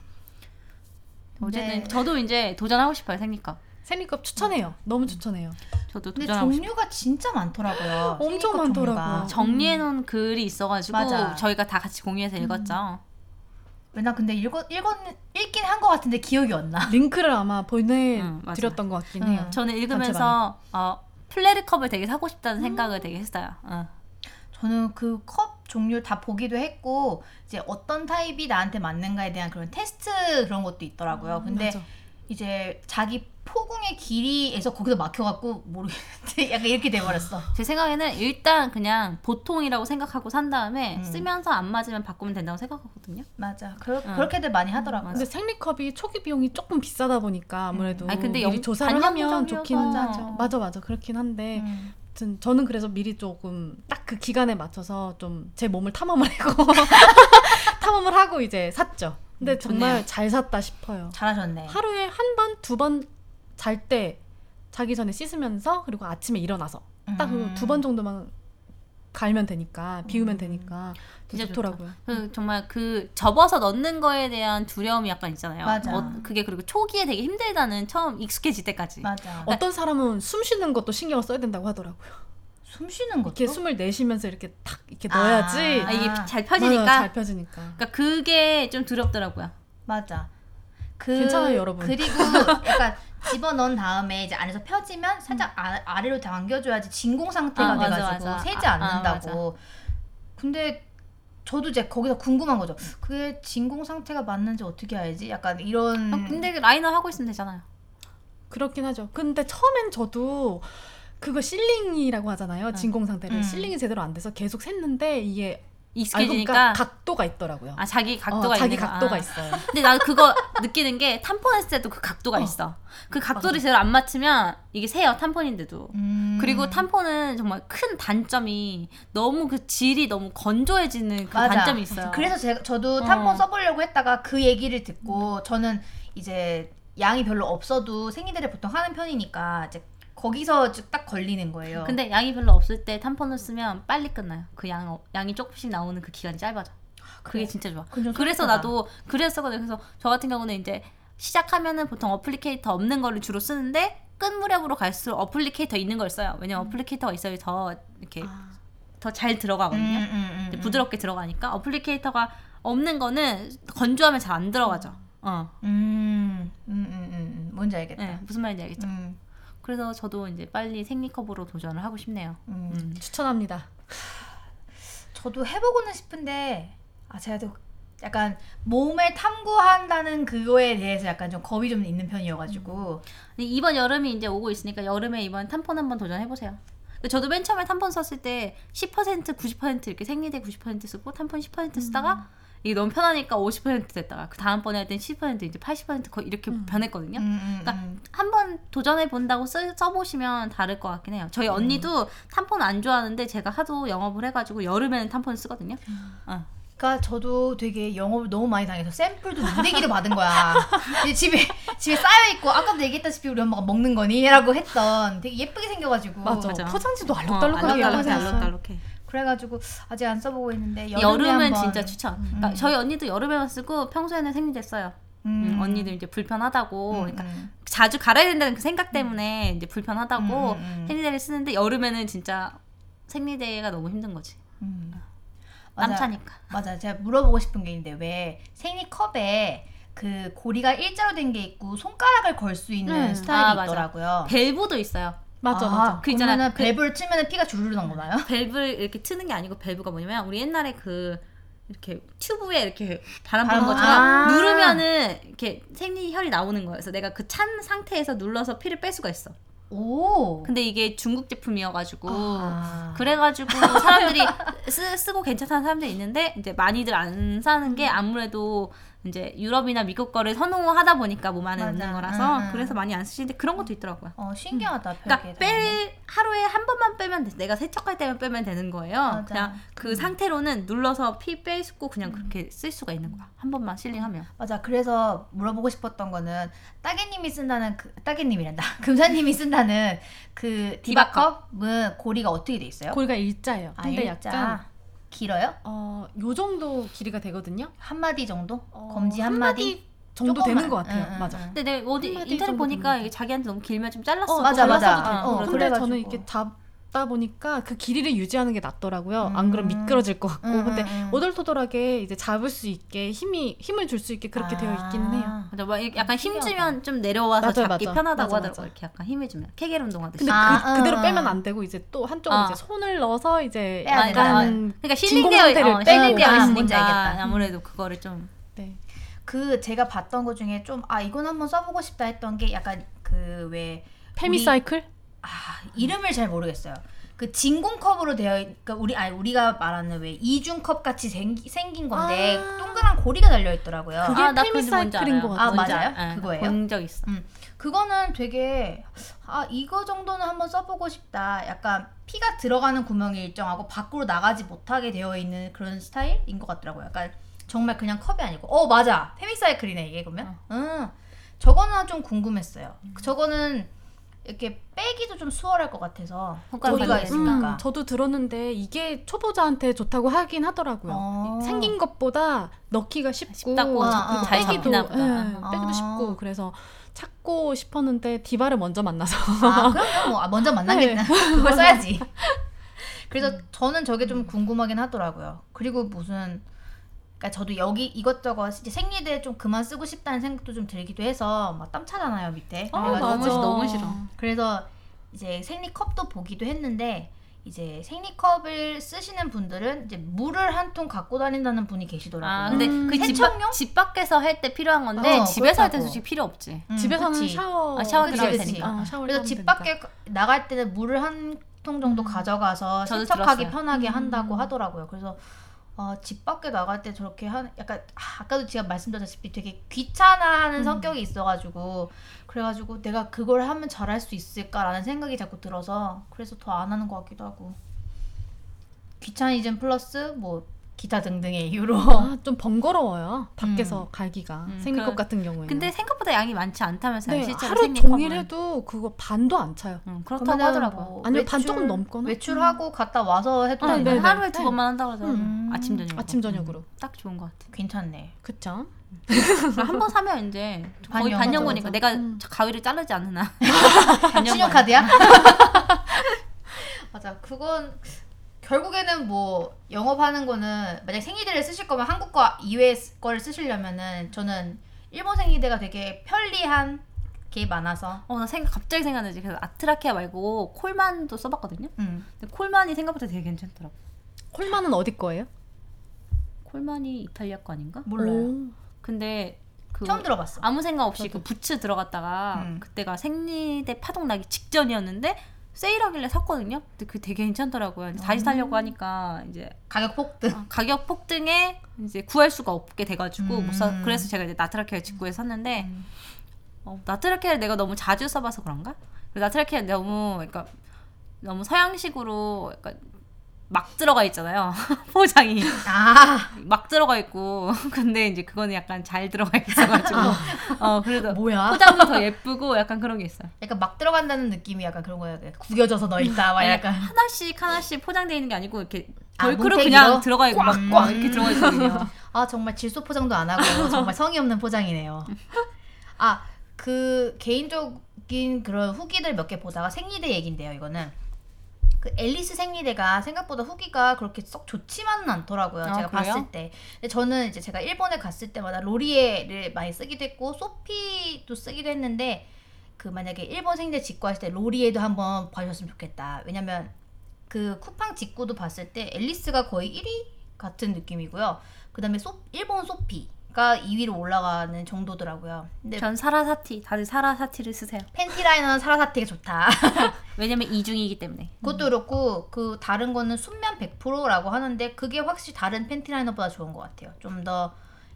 C: 어쨌든
A: 네.
C: 저도 이제 도전하고 싶어요. 생리컵.
B: 생리컵 추천해요.
C: 음.
B: 너무 추천해요.
C: 저도
A: 근데
C: 도전하고 싶어요.
A: 종류가 진짜 많더라고요.
B: 엄청
A: 생리컵
B: 많더라고요.
A: 종류가.
C: 정리해놓은 글이 있어가지고
A: 맞아. 음.
C: 저희가 다 같이 공유해서 읽었죠.
A: 왜 나 근데 읽어 읽었 읽긴 한 것 같은데 기억이 안 나.
B: 링크를 아마
C: 음, 맞아.
B: 보내드렸던 것 같긴 해요.
A: 음.
C: 저는 읽으면서 어, 플레르 컵을 되게 사고
A: 음.
C: 싶다는 생각을 되게 했어요. 어.
A: 저는 그 컵 종류 다 보기도 했고 이제 어떤 타입이 나한테 맞는가에 대한 그런 테스트 그런 것도
B: 음,
A: 있더라고요. 근데
B: 맞아.
A: 이제 자기 포궁의 길이에서 거기서 막혀갖고 모르겠는데 약간 이렇게 돼버렸어.
C: 제 생각에는 일단 그냥 보통이라고 생각하고 산 다음에
A: 음.
C: 쓰면서 안 맞으면 바꾸면 된다고 생각하거든요.
A: 맞아. 그러,
C: 응.
A: 그렇게들 많이 하더라고요.
B: 근데 생리컵이 초기 비용이 조금 비싸다 보니까 아무래도
C: 음. 아니, 근데
B: 미리
C: 영-
B: 조사를
C: 반영
B: 하면
C: 정도여서.
B: 좋긴
C: 맞아.
B: 맞아 맞아 그렇긴 한데
A: 음.
B: 아무튼 저는 그래서 미리 조금 딱 그 기간에 맞춰서 좀 제 몸을 탐험을 하고 탐험을 하고 이제 샀죠. 근데
C: 음, 좋네요.
B: 정말 잘 샀다 싶어요.
A: 잘하셨네.
B: 하루에 한 번, 두 번 잘
A: 음. 그
B: 그
C: 음.
B: 때 자기 전에 씻으면서 그리고 아침에 일어나서 딱 두 번 정도만 갈면 되니까 비우면 되니까 진짜
C: 진짜
B: 좋더라고요.
C: 그 정말 그 접어서 넣는 거에 대한 두려움이 약간 있잖아요.
A: 맞아.
C: 어, 그게 그리고 초기에 되게 힘들다는 처음 익숙해질 때까지.
A: 맞아.
B: 어떤 사람은 숨 쉬는 것도 신경을 써야 된다고 하더라고요.
A: 숨 쉬는 것도
B: 이렇게 숨을 내쉬면서 이렇게 탁 이렇게
A: 아.
B: 넣어야지
C: 아, 이게
A: 아.
C: 잘
B: 맞아요,
C: 펴지니까.
B: 잘 펴지니까.
C: 그러니까 그게 좀 두렵더라고요.
A: 맞아. 그,
B: 괜찮아요, 여러분.
A: 그리고 약간 집어 넣은 다음에 이제 안에서 펴지면 살짝 아, 아래로 당겨줘야지 진공 상태가
C: 음. 아, 맞아,
A: 돼가지고
C: 맞아.
A: 새지
C: 아, 아,
A: 않는다고. 근데 저도 이제 거기서 궁금한 거죠. 그게 진공 상태가 맞는지 어떻게 알지? 약간 이런.
B: 음.
C: 아, 근데 그 라이너 하고 있으면 되잖아요.
B: 그렇긴 하죠. 근데 처음엔 저도 그거 실링이라고 하잖아요. 진공 상태를
A: 음.
B: 실링이 제대로 안 돼서 계속 샜는데 이게 알고 보니까
C: 익숙해지니까.
B: 각도가 있더라고요.
C: 아 자기 각도가
B: 어, 자기
C: 있는 거.
B: 각도가
C: 아.
B: 있어요.
C: 근데 나 그거 느끼는 게 탐폰했을 때도 그 각도가
B: 어.
C: 있어. 그 각도를 제대로 안 맞추면 이게 새요 탐폰인데도.
A: 음.
C: 그리고 탐폰은 정말 큰 단점이 너무 그 질이 너무 건조해지는 그
A: 맞아.
C: 단점이 있어요.
A: 그래서 제가 저도 탐폰
C: 어.
A: 써보려고 했다가 그 얘기를 듣고 저는 이제 양이 별로 없어도 생리대를 보통 하는 편이니까 이제 거기서 딱 걸리는 거예요.
C: 근데 양이 별로 없을 때 탐폰을 쓰면 빨리 끝나요. 그 양, 어- 양이 조금씩 나오는 그 기간이 짧아져. 그게
A: 그래.
C: 진짜 좋아.
A: 그건 좀
C: 그래서
A: 슬프다.
C: 나도 그랬었거든요. 그래서 저 같은 경우는 이제 시작하면은 보통 어플리케이터 없는 거를 주로 쓰는데 끝 무렵으로 갈수록 어플리케이터 있는 걸 써요.
A: 음.
C: 왜냐면 어플리케이터가 있어야 더 이렇게 더 잘 들어가거든요.
A: 아. 음, 음, 음,
C: 근데
A: 음.
C: 부드럽게 들어가니까 어플리케이터가 없는 거는 건조하면 잘 안 들어가죠. 어,
A: 음, 음, 음, 음, 음. 뭔지 알겠다.
C: 네, 무슨 말인지 알겠죠.
A: 음,
C: 그래서 저도 이제 빨리 생리컵으로 도전을 하고 싶네요.
A: 음.
C: 음.
B: 추천합니다.
A: 저도 해보고는 싶은데 아 제가 또 약간 몸을 탐구한다는 그거에 대해서 약간 좀 겁이 좀 있는 편이어가지고
C: 근데 이번 여름이 이제 오고 있으니까 여름에 이번 탐폰 한번 도전해 보세요. 그 저도 맨 처음에 탐폰 썼을 때 10%, 90% 이렇게 생리대 90% 쓰고 탐폰
B: 음.
C: 10% 쓰다가 이게 너무 편하니까 50% 됐다가 그 다음번에 할 땐 10% 이제 80% 거의 이렇게
B: 음.
C: 변했거든요.
A: 음, 음,
C: 그러니까
A: 음.
C: 한번 도전해 본다고 써보시면 다를 것 같긴 해요.
B: 네.
C: 저희 언니도 탐폰 안 좋아하는데 제가 하도 영업을 해가지고 여름에는 탐폰 쓰거든요.
B: 음.
C: 어.
A: 그러니까 저도 되게 영업을 너무 많이 당해서 샘플도 무대기로 받은 거야. 이제 집에 집에 쌓여 있고 아까도 얘기했다시피 우리 엄마가 먹는 거니라고 했던 되게 예쁘게 생겨가지고
B: 맞아.
C: 맞아.
B: 포장지도
A: 어,
B: 알록달록하게
A: 알록달록해,
B: 예쁘게 생겼어요.
C: 알록달록해.
A: 그래가지고 아직 안 써보고 있는데 여름에
C: 여름은
A: 한번-
C: 진짜 추천.
B: 음.
C: 그러니까 저희 언니도 여름에만 쓰고 평소에는 생리됐어요. 음, 언니도 이제 불편하다고
A: 음,
C: 그러니까
A: 음.
C: 자주 갈아야 된다는 그 생각 때문에 이제 불편하다고
A: 음, 음, 음.
C: 생리대를 쓰는데 여름에는 진짜 생리대가 너무 힘든 거지.
A: 음. 맞아요.
C: 땀 차니까.
A: 맞아. 제가 물어보고 싶은 게 있는데 왜 생리컵에 그 고리가 일자로 된 게 있고 손가락을 걸 수 있는
C: 음.
A: 스타일이
C: 아, 맞아.
A: 있더라고요.
C: 밸브도 있어요.
B: 맞아
A: 아,
B: 맞아.
C: 그 있잖아.
A: 그러면은
C: 그-
A: 밸브를 치면은 피가 주르르는 거나요?
C: 밸브를 이렇게 트는 게 아니고 밸브가 뭐냐면 우리 옛날에 그 이렇게 튜브에 이렇게 바람 부는
A: 바람
C: 것처럼
A: 아.
C: 누르면은 이렇게 생리혈이 나오는 거예요. 그래서 내가 그 찬 상태에서 눌러서 피를 뺄 수가 있어.
A: 오.
C: 근데 이게 중국 제품이어가지고
A: 아.
C: 그래가지고 사람들이 쓰, 쓰고 괜찮다는 사람들이 있는데 이제 많이들 안 사는
A: 음.
C: 게 아무래도 이제 유럽이나 미국 거를 선호하다 보니까 몸 안에
A: 맞아. 음,
C: 넣는 거라서
A: 응, 응.
C: 그래서 많이 안 쓰시는데 그런 것도 있더라고요.
A: 어 신기하다.
C: 그러니까
A: 별게 다르네.
C: 뺄 하루에 한 번만 빼면 돼. 내가 세척할 때만 빼면 되는 거예요.
A: 맞아. 음.
C: 그냥 그 상태로는 눌러서 피 빼고 그냥 그렇게 쓸 수가 있는 거야. 한 번만 실링하면.
A: 맞아. 그래서 물어보고 싶었던 거는 따개님이 쓴다는 그 따개님이란다. 금사님이 쓴다는 그 디바컵은 고리가 어떻게 돼 있어요?
B: 고리가 일자예요.
A: 아
B: 근데
A: 일자.
B: 약간
A: 길어요?
B: 어, 요 정도 길이가 되거든요.
A: 한 마디 정도?
B: 어,
A: 검지 한 마디?
B: 정도
A: 조금만.
B: 되는 것 같아요.
A: 응, 응,
B: 맞아.
A: 응.
C: 근데 내가 어디
B: 한마디
C: 인터넷
B: 정도
C: 보니까
B: 됩니다.
C: 이게 자기한테 너무 길면 좀 잘랐어.
A: 어, 맞아,
C: 골라서도
A: 맞아.
C: 되고.
A: 어,
C: 그래서
B: 근데
A: 그래가지고.
B: 저는 이렇게 잡다 보니까 그 길이를 유지하는 게 낫더라고요.
A: 음.
B: 안 그럼 미끄러질 것 같고.
A: 음,
B: 근데
A: 음, 음.
B: 오돌토돌하게 이제 잡을 수 있게 힘이 힘을 줄 수 있게 그렇게 되어 있기는 해요.
C: 맞아, 막 이렇게 약간 힘
A: 신기하다.
C: 주면 좀 내려와서
B: 맞아요,
C: 잡기
B: 맞아.
C: 편하다고
B: 맞아,
C: 하더라고.
B: 맞아.
C: 이렇게 약간 힘을 주면 케겔 운동하듯이.
B: 근데
A: 아,
B: 그,
A: 음,
B: 그대로
A: 음.
B: 빼면 안 되고 이제 또 한쪽으로
C: 어.
B: 이제 손을 넣어서 이제
A: 빼야
C: 되나?
B: 약간
C: 그러니까
B: 진공
C: 실링되어
B: 상태를
C: 어,
B: 빼고
C: 실링되어
A: 아, 뭔지
C: 있으니까
A: 알겠다.
C: 아무래도 그거를 좀
B: 네.
A: 그 제가 봤던 것 중에 좀 아 이건 한번 써보고 싶다 했던 게 약간 그 왜
B: 페미사이클?
A: 아 이름을 잘 모르겠어요. 그 진공컵으로 되어 있- 그러니까 우리 아니 우리가 말하는 왜 이중컵 같이 생기, 생긴 건데
B: 아.
A: 동그란 고리가 달려 있더라고요.
B: 그게
C: 아, 나
B: 페미사이클인
C: 뭔지 알아요.
B: 것
A: 같아요. 아,
C: 뭔지
A: 맞아요?
C: 알아요. 예,
A: 그거예요?
C: 본적 있어.
A: 그거는 되게 아 이거 정도는 한번 써보고 싶다. 약간 피가 들어가는 구멍이 일정하고 밖으로 나가지 못하게 되어 있는 그런 스타일인 것 같더라고요. 약간 정말 그냥 컵이 아니고 어 맞아
C: 어.
A: 페미사이클이네 이게 그러면 음 저거는 좀 궁금했어요. 저거는 이렇게 빼기도 좀 수월할 것 같아서
C: 손가락
A: 고리가
C: 발라야 되니까.
A: 있으니까. 음.
B: 음, 저도 들었는데 이게 초보자한테 좋다고 하긴 하더라고요.
A: 어.
B: 생긴 것보다 넣기가 쉽고,
C: 쉽다고
A: 아,
C: 접근
A: 아,
C: 잘
B: 빼기도
C: 잡히나 보다.
B: 예,
A: 아.
B: 빼기도 쉽고 그래서 찾고 싶었는데 디바를 먼저 만나서 네.
A: 아, 그럼 뭐 아, 먼저 만나겠다. 그걸 써야지. 그래서 저는 저게 좀 궁금하긴 하더라고요. 그리고 무슨 그러니까 저도 여기 이것저것 이제 생리대 좀 그만 쓰고 싶다는 생각도 좀 들기도 해서 막 땀 차잖아요 밑에.
C: 아,
A: 그래가지고
C: 너무 싫어. 너무 싫어.
A: 음, 그래서 이제 생리컵도 보기도 했는데 이제 생리컵을 쓰시는 분들은 이제 물을 한 통 갖고 다닌다는 분이 계시더라고요.
C: 아 근데
B: 음,
C: 그 집
A: 세척용?
C: 밖 집 밖에서 할 때 필요한 건데
A: 어,
C: 집에서 할 때
A: 그렇다고.
C: 솔직히 필요 없지.
A: 음,
B: 집에서는
A: 그치.
B: 샤워
C: 아, 샤워
A: 들어야
B: 그치, 그치.
A: 되니까.
B: 어, 샤워를
A: 그래서
B: 하면
A: 집
B: 되니까.
A: 밖에 가- 나갈 때는 물을 한 통 정도 가져가서
C: 저도
A: 세척하기
C: 들었어요.
A: 편하게
B: 음.
A: 한다고 하더라고요. 그래서 어, 집 밖에 나갈 때 저렇게 한 약간 아, 아까도 제가 말씀드렸다시피 되게 귀찮아하는
B: 음.
A: 성격이 있어가지고 그래가지고 내가 그걸 하면 잘할 수 있을까라는 생각이 자꾸 들어서 그래서 더 안 하는 것 같기도 하고 귀차니즘 플러스 뭐 기타 등등의 이유로
B: 아, 좀 번거로워요. 밖에서 갈기가
C: 음,
B: 생리컵
C: 그래.
B: 같은 경우에.
C: 근데 생각보다 양이 많지 않다면서요.
B: 네,
C: 실제로
B: 하루
C: 생리컵은.
B: 종일 해도 그거 반도 안 차요.
C: 음, 그렇다고
A: 그러면은
C: 하더라고.
A: 뭐
B: 아니면 반 조금 넘거나? 음.
A: 외출하고 갔다 와서 해도
C: 아,
B: 네,
A: 되나?
B: 네.
C: 하루에 두 번만 한다고 하더라고.
A: 음.
C: 아침 저녁.
B: 아침 저녁으로.
C: 딱 좋은 것 같아.
A: 괜찮네.
B: 그쵸?
C: 한 번 사면 이제 거의
A: 반년. 맞아,
C: 반년 보니까
B: 맞아.
C: 내가
B: 음.
C: 저 가위를 자르지 않는 한.
A: 신용카드야? 맞아. 그건 결국에는 뭐 영업하는 거는 만약 생리대를 쓰실 거면 한국 거 이외 거를 쓰시려면은 저는 일본 생리대가 되게 편리한 게 많아서
C: 어, 나 생각 갑자기 생각나지. 그래서 아트라케 말고 콜만도 써봤거든요.
A: 음.
C: 근데 콜만이 생각보다 되게 괜찮더라고.
B: 콜만은 어디 거예요?
C: 콜만이 이탈리아 거 아닌가?
A: 몰라요.
B: 오.
C: 근데 그
A: 처음 들어봤어.
C: 아무 생각 없이
B: 저도.
C: 그 부츠 들어갔다가
A: 음.
C: 그때가 생리대 파동 나기 직전이었는데 세일하길래 샀거든요. 근데 그게 되게 괜찮더라고요. 이제 다시 사려고 하니까 이제
A: 가격 폭등.
C: 아, 가격 폭등에 이제 구할 수가 없게 돼가지고 못 사.
A: 음.
C: 그래서 제가 이제 나트라케어 직구해서 샀는데
A: 음.
C: 어, 나트라케를 내가 너무 자주 써봐서 그런가? 나트라케 너무 그러니까 너무 서양식으로 약간 막 들어가 있잖아요 포장이
A: 아,
C: 막 들어가 있고 근데 이제 그거는 약간 잘 들어가 있어가지고 어 그래서
A: 뭐야?
C: 포장도 더 예쁘고 약간 그런 게 있어요.
A: 약간 막 들어간다는 느낌이 약간 그런 거야. 구겨져서 너 있다. 막
C: 아니,
A: 약간
C: 하나씩 하나씩 포장돼 있는 게 아니고 이렇게
A: 아,
C: 덜크로
A: 뭉탱이로?
C: 그냥 들어가 있고
A: 꽉,
C: 막
A: 꽉.
C: 이렇게 들어가 있거든요.
A: 아 정말 질소 포장도 안 하고 정말 성의 없는 포장이네요. 아 그 개인적인 그런 후기들 몇 개 보다가 생리대 얘긴데요. 이거는 그 앨리스 생리대가 생각보다 후기가 그렇게 썩 좋지만은 않더라고요.
C: 아,
A: 제가
C: 그래요?
A: 봤을 때. 근데 저는 이제 제가 일본에 갔을 때마다 로리에를 많이 쓰기도 했고 소피도 쓰기도 했는데 그 만약에 일본 생리대 직구하실 때 로리에도 한번 봐주셨으면 좋겠다. 왜냐면 그 쿠팡 직구도 봤을 때 앨리스가 거의 1위 같은 느낌이고요. 그다음에 소, 일본 소피가 2위로 올라가는 정도더라고요. 근데
C: 전 사라사티 다들 사라사티를 쓰세요.
A: 팬티 라이너는 사라사티가 좋다.
C: 왜냐면 이중이기 때문에.
A: 그것도 그렇고 그 다른 거는 순면 100%라고 하는데 그게 확실히 다른 팬티 라이너보다 좋은 것 같아요. 좀 더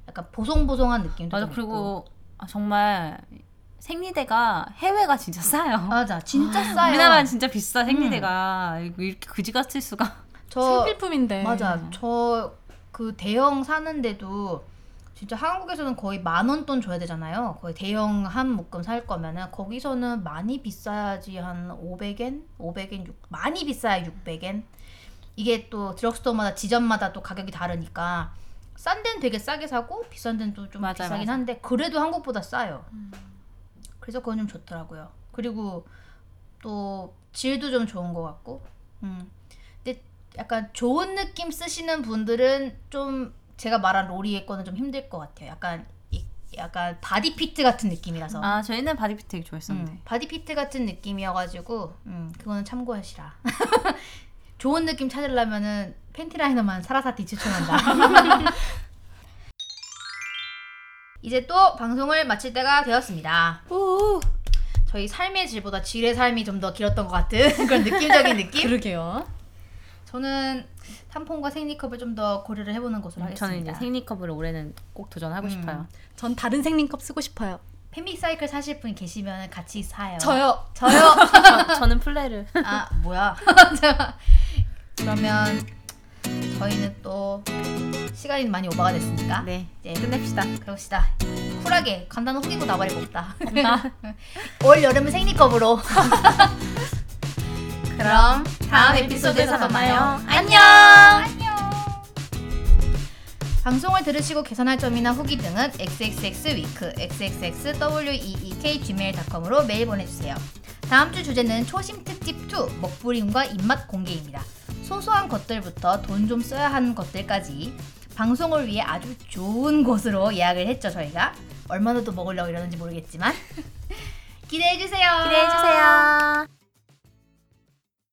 A: 약간 보송보송한 느낌도
C: 맞아
A: 좀 있고.
C: 그리고 아, 정말 생리대가 해외가 진짜 싸요. 음.
A: 맞아 진짜 싸요.
C: 우리나라는 진짜 비싸 생리대가 이거 이렇게 그지 같을 수가.
A: 저
C: 네.
B: 생필품인데.
A: 맞아. 저 그 대형 사는데도 진짜 한국에서는 거의 만 원 돈 줘야 되잖아요. 거의 대형 한 묶음 살 거면은 거기서는 많이 비싸야지 한 500엔, 500엔, 6, 많이 비싸야 600엔. 이게 또 드럭스토어마다 지점마다 또 가격이 다르니까 싼 데는 되게 싸게 사고 비싼 데는 또 좀
C: 맞아요,
A: 비싸긴
C: 맞아요.
A: 한데 그래도 한국보다 싸요. 그래서 그건 좀 좋더라고요. 그리고 또 질도 좀 좋은 것 같고. 음. 근데 약간 좋은 느낌 쓰시는 분들은 좀 제가 말한 로리의 거는 좀 힘들 것 같아요. 약간 이- 약간 바디 피트 같은 느낌이라서.
C: 아 저희는 바디핏 되게 좋아했었는데.
A: 음, 바디 피트 같은 느낌이어가지고 음, 그거는 참고하시라. 좋은 느낌 찾으려면은 팬티 라이너만 사라사티 추천한다. 이제 또 방송을 마칠 때가 되었습니다.
C: 오.
A: 저희 삶의 질보다 질의 삶이 좀 더 길었던 것 같은 그런 느낌적인 느낌.
B: 그러게요.
A: 저는 탐폰과 생리컵을 좀 더 고려를 해보는 것으로
C: 음, 저는 이제
A: 하겠습니다.
C: 생리컵으로 올해는 꼭 도전하고
A: 음.
C: 싶어요.
B: 전 다른 생리컵 쓰고 싶어요.
A: 팬믹사이클 사실 분 계시면 같이 사요.
B: 저요.
A: 저요.
C: 저, 저는 플레를.
A: 아 뭐야 그러면 저희는 또 시간이 많이 오버가 됐으니까
C: 네.
A: 이제
C: 끝냅시다.
A: 그럽시다 쿨하게 간단한 후기고 나발이 먹다. 올 여름은 생리컵으로. 그럼 다음 에피소드에서 만나요.
C: 안녕.
A: 방송을 들으시고 개선할 점이나 후기 등은 xxxweek xxxweek@gmail.com으로 메일 보내주세요. 다음 주 주제는 초심 특집 2 먹부림과 입맛 공개입니다. 소소한 것들부터 돈 좀 써야 하는 것들까지 방송을 위해 아주 좋은 곳으로 예약을 했죠 저희가 얼마나 더 먹으려고 이러는지 모르겠지만 기대해 주세요.
C: 기대해주세요.